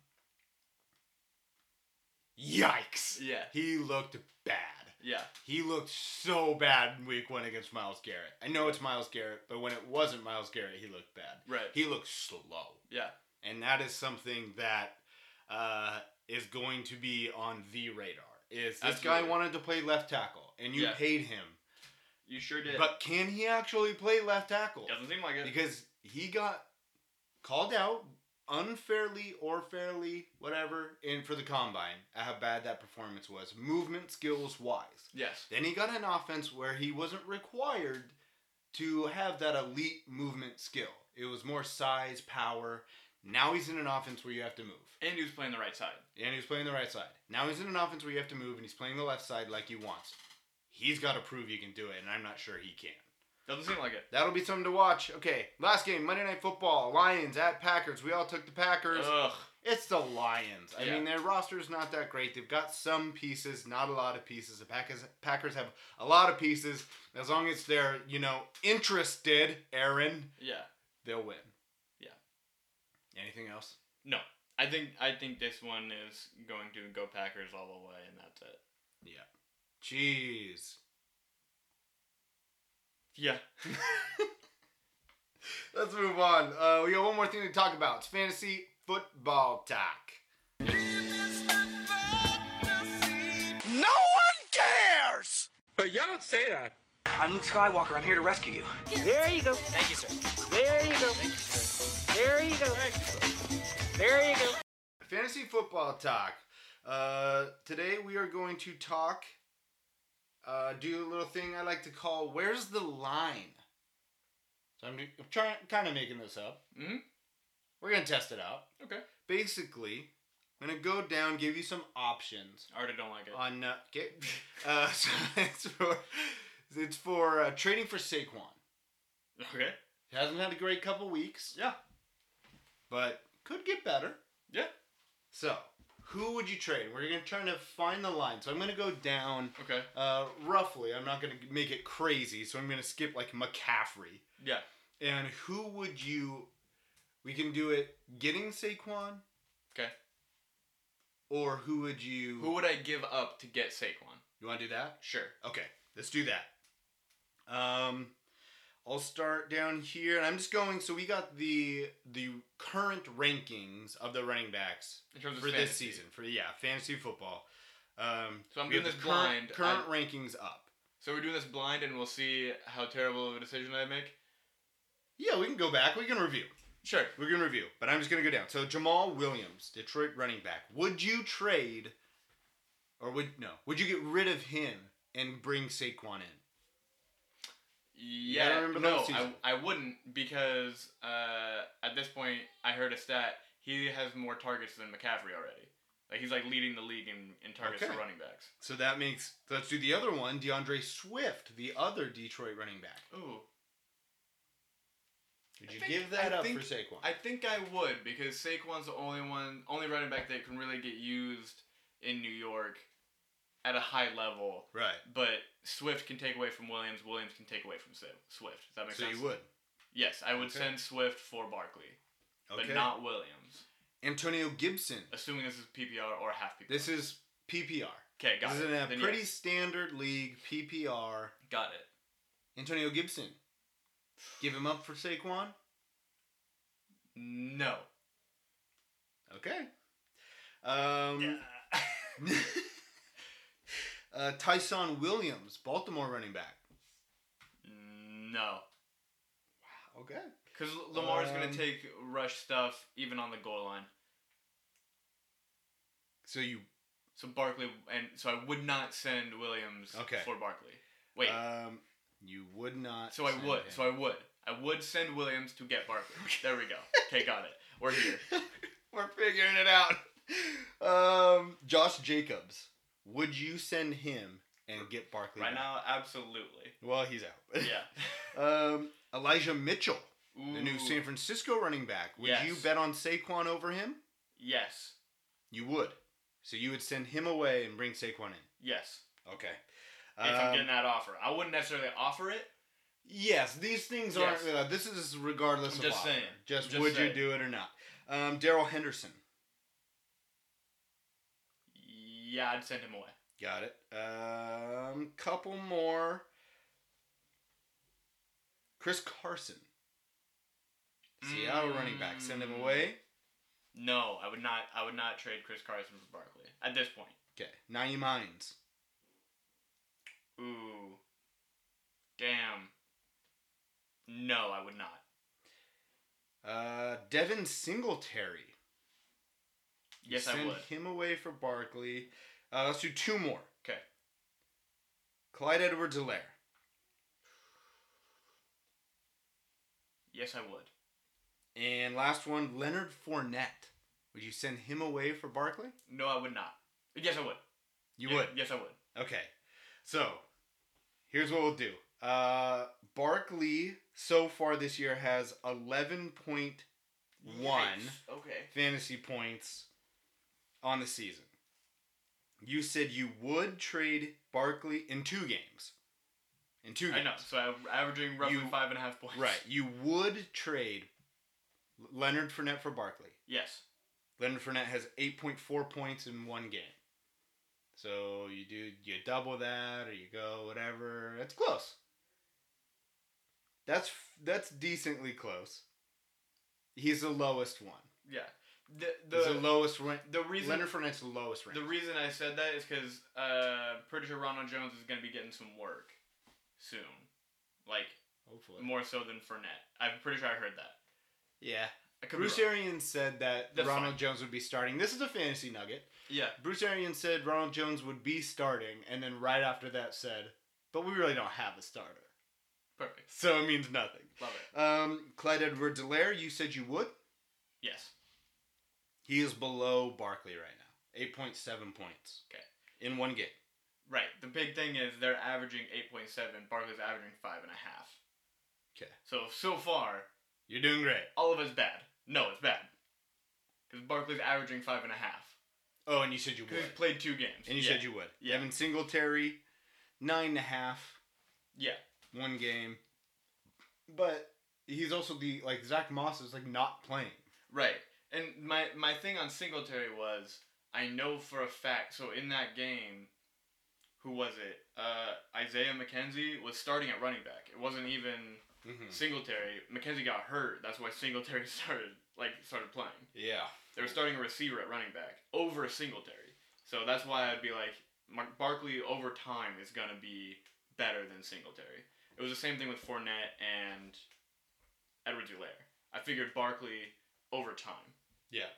[SPEAKER 1] yikes.
[SPEAKER 2] yeah
[SPEAKER 1] He looked bad.
[SPEAKER 2] yeah
[SPEAKER 1] He looked so bad in week one against Miles Garrett. I know it's Miles Garrett, but when it wasn't Miles Garrett, he looked bad.
[SPEAKER 2] Right.
[SPEAKER 1] He looked slow.
[SPEAKER 2] yeah
[SPEAKER 1] And that is something that uh, is going to be on the radar. Is this guy
[SPEAKER 2] Absolutely.
[SPEAKER 1] wanted to play left tackle, and you
[SPEAKER 2] Yeah.
[SPEAKER 1] paid him.
[SPEAKER 2] you sure did
[SPEAKER 1] But can he actually play left tackle?
[SPEAKER 2] doesn't seem like it
[SPEAKER 1] because he got called out unfairly or fairly, whatever, in for the combine at how bad that performance was, movement skills wise.
[SPEAKER 2] yes
[SPEAKER 1] Then he got an offense where he wasn't required to have that elite movement skill. It was more size, power. Now he's in an offense where you have to move.
[SPEAKER 2] and he was playing the right side
[SPEAKER 1] And he's playing the right side. Now he's in an offense where you have to move and he's playing the left side like he wants. He's got to prove he can do it, and I'm not sure he can.
[SPEAKER 2] Doesn't seem like it.
[SPEAKER 1] That'll be something to watch. Okay, last game, Monday Night Football, Lions at Packers. We all took the Packers.
[SPEAKER 2] Ugh.
[SPEAKER 1] it's the Lions. I
[SPEAKER 2] Yeah.
[SPEAKER 1] mean, their roster's not that great. They've got some pieces, not a lot of pieces. The Packers Packers have a lot of pieces. As long as they're, you know, interested, Aaron,
[SPEAKER 2] Yeah.
[SPEAKER 1] they'll win.
[SPEAKER 2] Yeah.
[SPEAKER 1] Anything else?
[SPEAKER 2] No. I think I think this one is going to go Packers all the way, and that's it.
[SPEAKER 1] Yeah. Jeez.
[SPEAKER 2] Yeah.
[SPEAKER 1] Let's move on. Uh, we got one more thing to talk about. It's fantasy football talk.
[SPEAKER 5] No one cares!
[SPEAKER 8] I'm Luke Skywalker. I'm here to rescue you.
[SPEAKER 5] There you go. Thank you, sir. There you go.
[SPEAKER 9] you go. There you go.
[SPEAKER 1] Fantasy football talk. Uh, today we are going to talk, uh, do a little thing I like to call "Where's the Line." So I'm, I'm trying, kind of making this up.
[SPEAKER 2] Mm-hmm.
[SPEAKER 1] We're gonna test it out.
[SPEAKER 2] Okay.
[SPEAKER 1] Basically, I'm gonna go down, give you some options
[SPEAKER 2] I already don't like it.
[SPEAKER 1] on uh, okay. Uh, so it's for it's for uh, trading for Saquon.
[SPEAKER 2] okay.
[SPEAKER 1] He hasn't had a great couple weeks,
[SPEAKER 2] Yeah.
[SPEAKER 1] but could get better.
[SPEAKER 2] Yeah.
[SPEAKER 1] So, who would you trade? We're gonna try to find the line. So I'm gonna go down
[SPEAKER 2] Okay.
[SPEAKER 1] uh, roughly. I'm not gonna make it crazy. So I'm gonna skip like McCaffrey.
[SPEAKER 2] Yeah.
[SPEAKER 1] And who would you? We can do it getting Saquon.
[SPEAKER 2] Okay.
[SPEAKER 1] Or who would you?
[SPEAKER 2] Who would I give up to get Saquon?
[SPEAKER 1] you want to do that?
[SPEAKER 2] Sure.
[SPEAKER 1] Okay, let's do that. Um, I'll start down here, and I'm just going. So we got the the current rankings of the running backs
[SPEAKER 2] In terms of
[SPEAKER 1] for this
[SPEAKER 2] fantasy.
[SPEAKER 1] season. For yeah, fantasy football. Um,
[SPEAKER 2] So I'm
[SPEAKER 1] we have
[SPEAKER 2] doing
[SPEAKER 1] the
[SPEAKER 2] this blind.
[SPEAKER 1] current, Current rankings up.
[SPEAKER 2] So we're doing this blind, and we'll see how terrible of a decision I make.
[SPEAKER 1] Yeah, we can go back. We can review.
[SPEAKER 2] Sure.
[SPEAKER 1] We can review. But I'm just gonna go down. So Jamal Williams, Detroit running back. Would you trade, or would no? Would you get rid of him and bring Saquon in? gotta
[SPEAKER 2] Yeah.
[SPEAKER 1] remember
[SPEAKER 2] No,
[SPEAKER 1] last
[SPEAKER 2] I,
[SPEAKER 1] season.
[SPEAKER 2] I wouldn't because uh, at this point I heard a stat. He has more targets than McCaffrey already. Like he's like leading the league in, in targets
[SPEAKER 1] Okay.
[SPEAKER 2] for running backs.
[SPEAKER 1] So that makes let's do the other one, DeAndre Swift, the other Detroit running back.
[SPEAKER 2] Ooh.
[SPEAKER 1] Would
[SPEAKER 2] I
[SPEAKER 1] you
[SPEAKER 2] think-
[SPEAKER 1] give that
[SPEAKER 2] I
[SPEAKER 1] up
[SPEAKER 2] think-
[SPEAKER 1] for Saquon?
[SPEAKER 2] I think I would because Saquon's the only one, only running back that can really get used in New York at a high level.
[SPEAKER 1] right.
[SPEAKER 2] But Swift can take away from Williams. Williams can take away from Sa- Swift. Does that make
[SPEAKER 1] So
[SPEAKER 2] sense?
[SPEAKER 1] you would.
[SPEAKER 2] Yes, I would
[SPEAKER 1] Okay.
[SPEAKER 2] send Swift for Barkley,
[SPEAKER 1] Okay.
[SPEAKER 2] but not Williams.
[SPEAKER 1] Antonio Gibson.
[SPEAKER 2] Assuming this is PPR or half PPR.
[SPEAKER 1] This is PPR.
[SPEAKER 2] okay. Got
[SPEAKER 1] this
[SPEAKER 2] it.
[SPEAKER 1] is in a
[SPEAKER 2] Then
[SPEAKER 1] pretty
[SPEAKER 2] yes,
[SPEAKER 1] standard league PPR.
[SPEAKER 2] got it.
[SPEAKER 1] Antonio Gibson. Give him up for Saquon?
[SPEAKER 2] No.
[SPEAKER 1] Okay. Um uh, Tyson Williams, Baltimore running back.
[SPEAKER 2] No.
[SPEAKER 1] Okay.
[SPEAKER 2] Because Lamar's
[SPEAKER 1] Um,
[SPEAKER 2] gonna take rush stuff even on the goal line.
[SPEAKER 1] So you
[SPEAKER 2] So Barkley and so I would not send Williams
[SPEAKER 1] Okay.
[SPEAKER 2] for Barkley. Wait.
[SPEAKER 1] um you would not
[SPEAKER 2] so I
[SPEAKER 1] send
[SPEAKER 2] would.
[SPEAKER 1] him.
[SPEAKER 2] So I would. I would send Williams to get Barkley. There we go. Okay, got it. We're here.
[SPEAKER 1] We're figuring it out. Um, Josh Jacobs. Would you send him and get Barkley?
[SPEAKER 2] Right
[SPEAKER 1] back?
[SPEAKER 2] now, absolutely.
[SPEAKER 1] Well, he's out.
[SPEAKER 2] Yeah.
[SPEAKER 1] um, Elijah Mitchell, the
[SPEAKER 2] Ooh,
[SPEAKER 1] new San Francisco running back. Would
[SPEAKER 2] Yes.
[SPEAKER 1] you bet on Saquon over him?
[SPEAKER 2] Yes.
[SPEAKER 1] You would. So you would send him away and bring Saquon in.
[SPEAKER 2] Yes.
[SPEAKER 1] Okay.
[SPEAKER 2] If I'm
[SPEAKER 1] Um,
[SPEAKER 2] getting that offer, I wouldn't necessarily offer it.
[SPEAKER 1] Yes, these things
[SPEAKER 2] Yes.
[SPEAKER 1] aren't. Uh, this is regardless
[SPEAKER 2] I'm
[SPEAKER 1] of
[SPEAKER 2] just
[SPEAKER 1] offer.
[SPEAKER 2] saying.
[SPEAKER 1] Just,
[SPEAKER 2] Just
[SPEAKER 1] would
[SPEAKER 2] saying.
[SPEAKER 1] you do it or not? Um, Daryl Henderson.
[SPEAKER 2] Yeah, I'd send him away.
[SPEAKER 1] Got it. Um, couple more. Chris Carson, Seattle running back. Send him
[SPEAKER 2] Mm.
[SPEAKER 1] away.
[SPEAKER 2] No, I would not. I would not trade Chris Carson for Barkley at this point.
[SPEAKER 1] Okay, Naeem Hines.
[SPEAKER 2] Ooh. Damn. No, I would not.
[SPEAKER 1] Uh, Devin Singletary. You
[SPEAKER 2] Yes, I
[SPEAKER 1] send
[SPEAKER 2] would.
[SPEAKER 1] him away for Barkley. Uh, let's do two more.
[SPEAKER 2] Okay.
[SPEAKER 1] Clyde edwards alaire
[SPEAKER 2] Yes, I would.
[SPEAKER 1] And last one, Leonard Fournette. Would you send him away for Barkley?
[SPEAKER 2] No, I would not. Yes, I would.
[SPEAKER 1] You
[SPEAKER 2] Ye-
[SPEAKER 1] would.
[SPEAKER 2] Yes, I would.
[SPEAKER 1] Okay. So, here's what we'll do. Uh Barkley so far this year has 11.1
[SPEAKER 2] Yikes. Okay.
[SPEAKER 1] fantasy points on the season. You said you would trade Barkley in two games. In two games.
[SPEAKER 2] I know. So I'm averaging roughly
[SPEAKER 1] You-
[SPEAKER 2] five and a half points.
[SPEAKER 1] Right. You would trade Leonard Fournette for Barkley.
[SPEAKER 2] Yes.
[SPEAKER 1] Leonard Fournette has 8.4 points in one game. So you do you double that or you go whatever. That's close. That's that's decently close. He's the lowest one.
[SPEAKER 2] Yeah. The
[SPEAKER 1] He's the
[SPEAKER 2] the,
[SPEAKER 1] lowest rank.
[SPEAKER 2] the reason
[SPEAKER 1] Leonard Fournette's the lowest rank.
[SPEAKER 2] the reason I said that is because uh, pretty sure Ronald Jones is gonna be getting some work soon, like
[SPEAKER 1] Hopefully.
[SPEAKER 2] more so than Fournette. I'm pretty sure I heard that.
[SPEAKER 1] Yeah.
[SPEAKER 2] I could be
[SPEAKER 1] Bruce
[SPEAKER 2] wrong.
[SPEAKER 1] Arians said that
[SPEAKER 2] That's
[SPEAKER 1] Ronald
[SPEAKER 2] fine.
[SPEAKER 1] Jones would be starting. This is a fantasy nugget.
[SPEAKER 2] Yeah.
[SPEAKER 1] Bruce Arians said Ronald Jones would be starting, and then right after that said, but we really don't have a starter.
[SPEAKER 2] Perfect.
[SPEAKER 1] So it means nothing.
[SPEAKER 2] Love it.
[SPEAKER 1] Um, Clyde Edwards Alaire, you said you would.
[SPEAKER 2] Yes.
[SPEAKER 1] He is below Barkley right now. 8.7 points.
[SPEAKER 2] Okay.
[SPEAKER 1] In one game.
[SPEAKER 2] Right. The big thing is they're averaging eight point seven. Barkley's averaging five and a half.
[SPEAKER 1] Okay.
[SPEAKER 2] So so far,
[SPEAKER 1] You're doing great.
[SPEAKER 2] all of it's bad. No, it's bad. Because Barkley's averaging five and a half.
[SPEAKER 1] Oh, and you said you would.
[SPEAKER 2] Because he's played two games.
[SPEAKER 1] And you
[SPEAKER 2] yeah.
[SPEAKER 1] said you would. Yeah. Evan Singletary, nine and a half,
[SPEAKER 2] Yeah.
[SPEAKER 1] one game. But he's also the like Zach Moss is like not playing.
[SPEAKER 2] Right. And my my thing on Singletary was I know for a fact. So in that game, who was it? Uh, Isaiah McKenzie was starting at running back. It wasn't even Singletary. McKenzie got hurt. That's why Singletary started like started playing.
[SPEAKER 1] Yeah.
[SPEAKER 2] They were starting a receiver at running back over Singletary. So that's why I'd be like, Mark Barkley over time is gonna be better than Singletary. It was the same thing with Fournette and Edward Dulaire. I figured Barkley over time,
[SPEAKER 1] Yeah.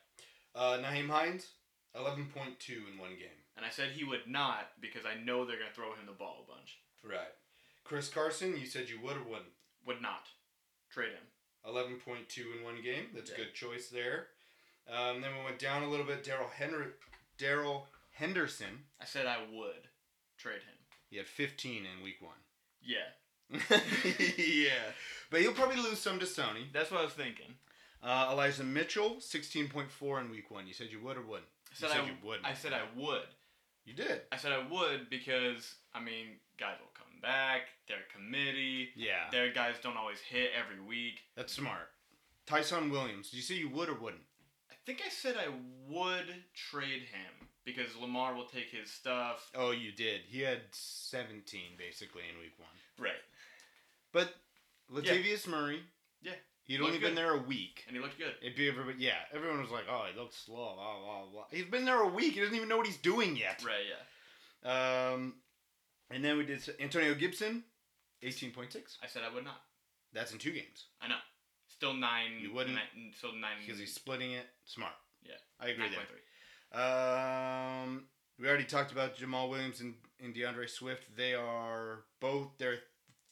[SPEAKER 1] Uh, Naheem Hines, eleven point two in one game.
[SPEAKER 2] and I said he would not because I know they're gonna throw him the ball a bunch.
[SPEAKER 1] Right. Chris Carson, you said you would or wouldn't.
[SPEAKER 2] Would not trade him.
[SPEAKER 1] Eleven point two in one game. That's
[SPEAKER 2] Yeah.
[SPEAKER 1] a good choice there. Um, then we went down a little bit. Daryl Henry, Daryl Henderson.
[SPEAKER 2] I said I would trade him.
[SPEAKER 1] He had fifteen in week one.
[SPEAKER 2] Yeah,
[SPEAKER 1] yeah, but he'll probably lose some to Sony.
[SPEAKER 2] that's what I was thinking.
[SPEAKER 1] Uh, Eliza Mitchell, sixteen point four in week one. You said you would or wouldn't.
[SPEAKER 2] I said,
[SPEAKER 1] you
[SPEAKER 2] I,
[SPEAKER 1] you wouldn't.
[SPEAKER 2] I said I would.
[SPEAKER 1] You did.
[SPEAKER 2] I said I would because I mean guys will come back. They're committee.
[SPEAKER 1] Yeah,
[SPEAKER 2] Their guys don't always hit every week.
[SPEAKER 1] that's smart. Tyson Williams. Did you say you would or wouldn't?
[SPEAKER 2] I think I said I would trade him because Lamar will take his stuff.
[SPEAKER 1] Oh, you did. He had seventeen basically in week one.
[SPEAKER 2] Right.
[SPEAKER 1] But Latavius Murray.
[SPEAKER 2] Yeah.
[SPEAKER 1] He'd
[SPEAKER 2] Looked
[SPEAKER 1] only been
[SPEAKER 2] good.
[SPEAKER 1] there a week.
[SPEAKER 2] And he looked good.
[SPEAKER 1] It'd be everybody. Yeah, everyone was like, "Oh, he looks slow." Blah blah blah. He's been there a week. He doesn't even know what he's doing yet.
[SPEAKER 2] Right, yeah.
[SPEAKER 1] Um, and then we did Antonio Gibson, eighteen point six.
[SPEAKER 2] I said I would not.
[SPEAKER 1] That's in two games
[SPEAKER 2] I know. Still nine.
[SPEAKER 1] You wouldn't?
[SPEAKER 2] Nine, still nine.
[SPEAKER 1] because he's splitting it. Smart.
[SPEAKER 2] Yeah.
[SPEAKER 1] I agree
[SPEAKER 2] 9.3.
[SPEAKER 1] there. Um, we already talked about Jamal Williams and, and DeAndre Swift. They are both they're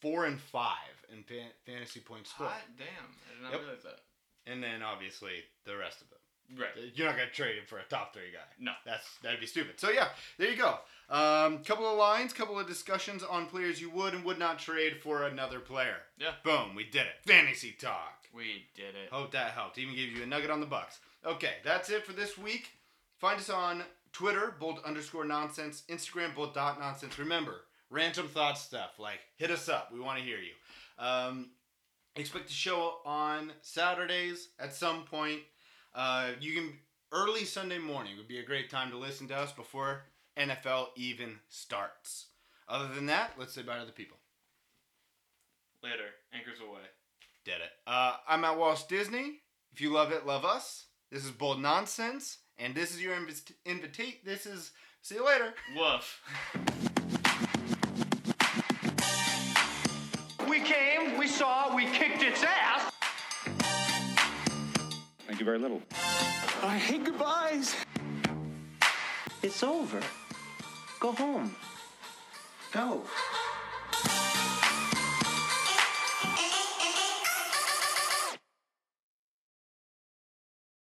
[SPEAKER 1] four and five in fan, fantasy points scored,
[SPEAKER 2] Hot damn. I did not
[SPEAKER 1] Yep.
[SPEAKER 2] realize that.
[SPEAKER 1] and then obviously the rest of them.
[SPEAKER 2] Right.
[SPEAKER 1] You're not gonna trade him for a top three guy.
[SPEAKER 2] No.
[SPEAKER 1] That's that'd be stupid. So yeah, there you go. Um, couple of lines, couple of discussions on players you would and would not trade for another player.
[SPEAKER 2] Yeah.
[SPEAKER 1] Boom, we did it. Fantasy talk.
[SPEAKER 2] We did it.
[SPEAKER 1] Hope that helped. Even gave you a nugget on the bucks. Okay, that's it for this week. Find us on Twitter, bold underscore nonsense, Instagram, bold dot nonsense. Remember, random thought stuff. Like, hit us up. We want to hear you. Um, expect the show on Saturdays at some point. Uh, you can early Sunday morning would be a great time to listen to us before NFL even starts. Other than that, let's say bye to the people.
[SPEAKER 2] Later. Anchors away.
[SPEAKER 1] Did it. Uh, I'm at Walt Disney. If you love it, love us. This is bold nonsense, and this is your invit. Invita- this is. See you later.
[SPEAKER 2] Woof.
[SPEAKER 5] We came, we saw, we kicked its ass.
[SPEAKER 4] Thank you very little.
[SPEAKER 5] I hate goodbyes.
[SPEAKER 8] It's over. Go home. Go.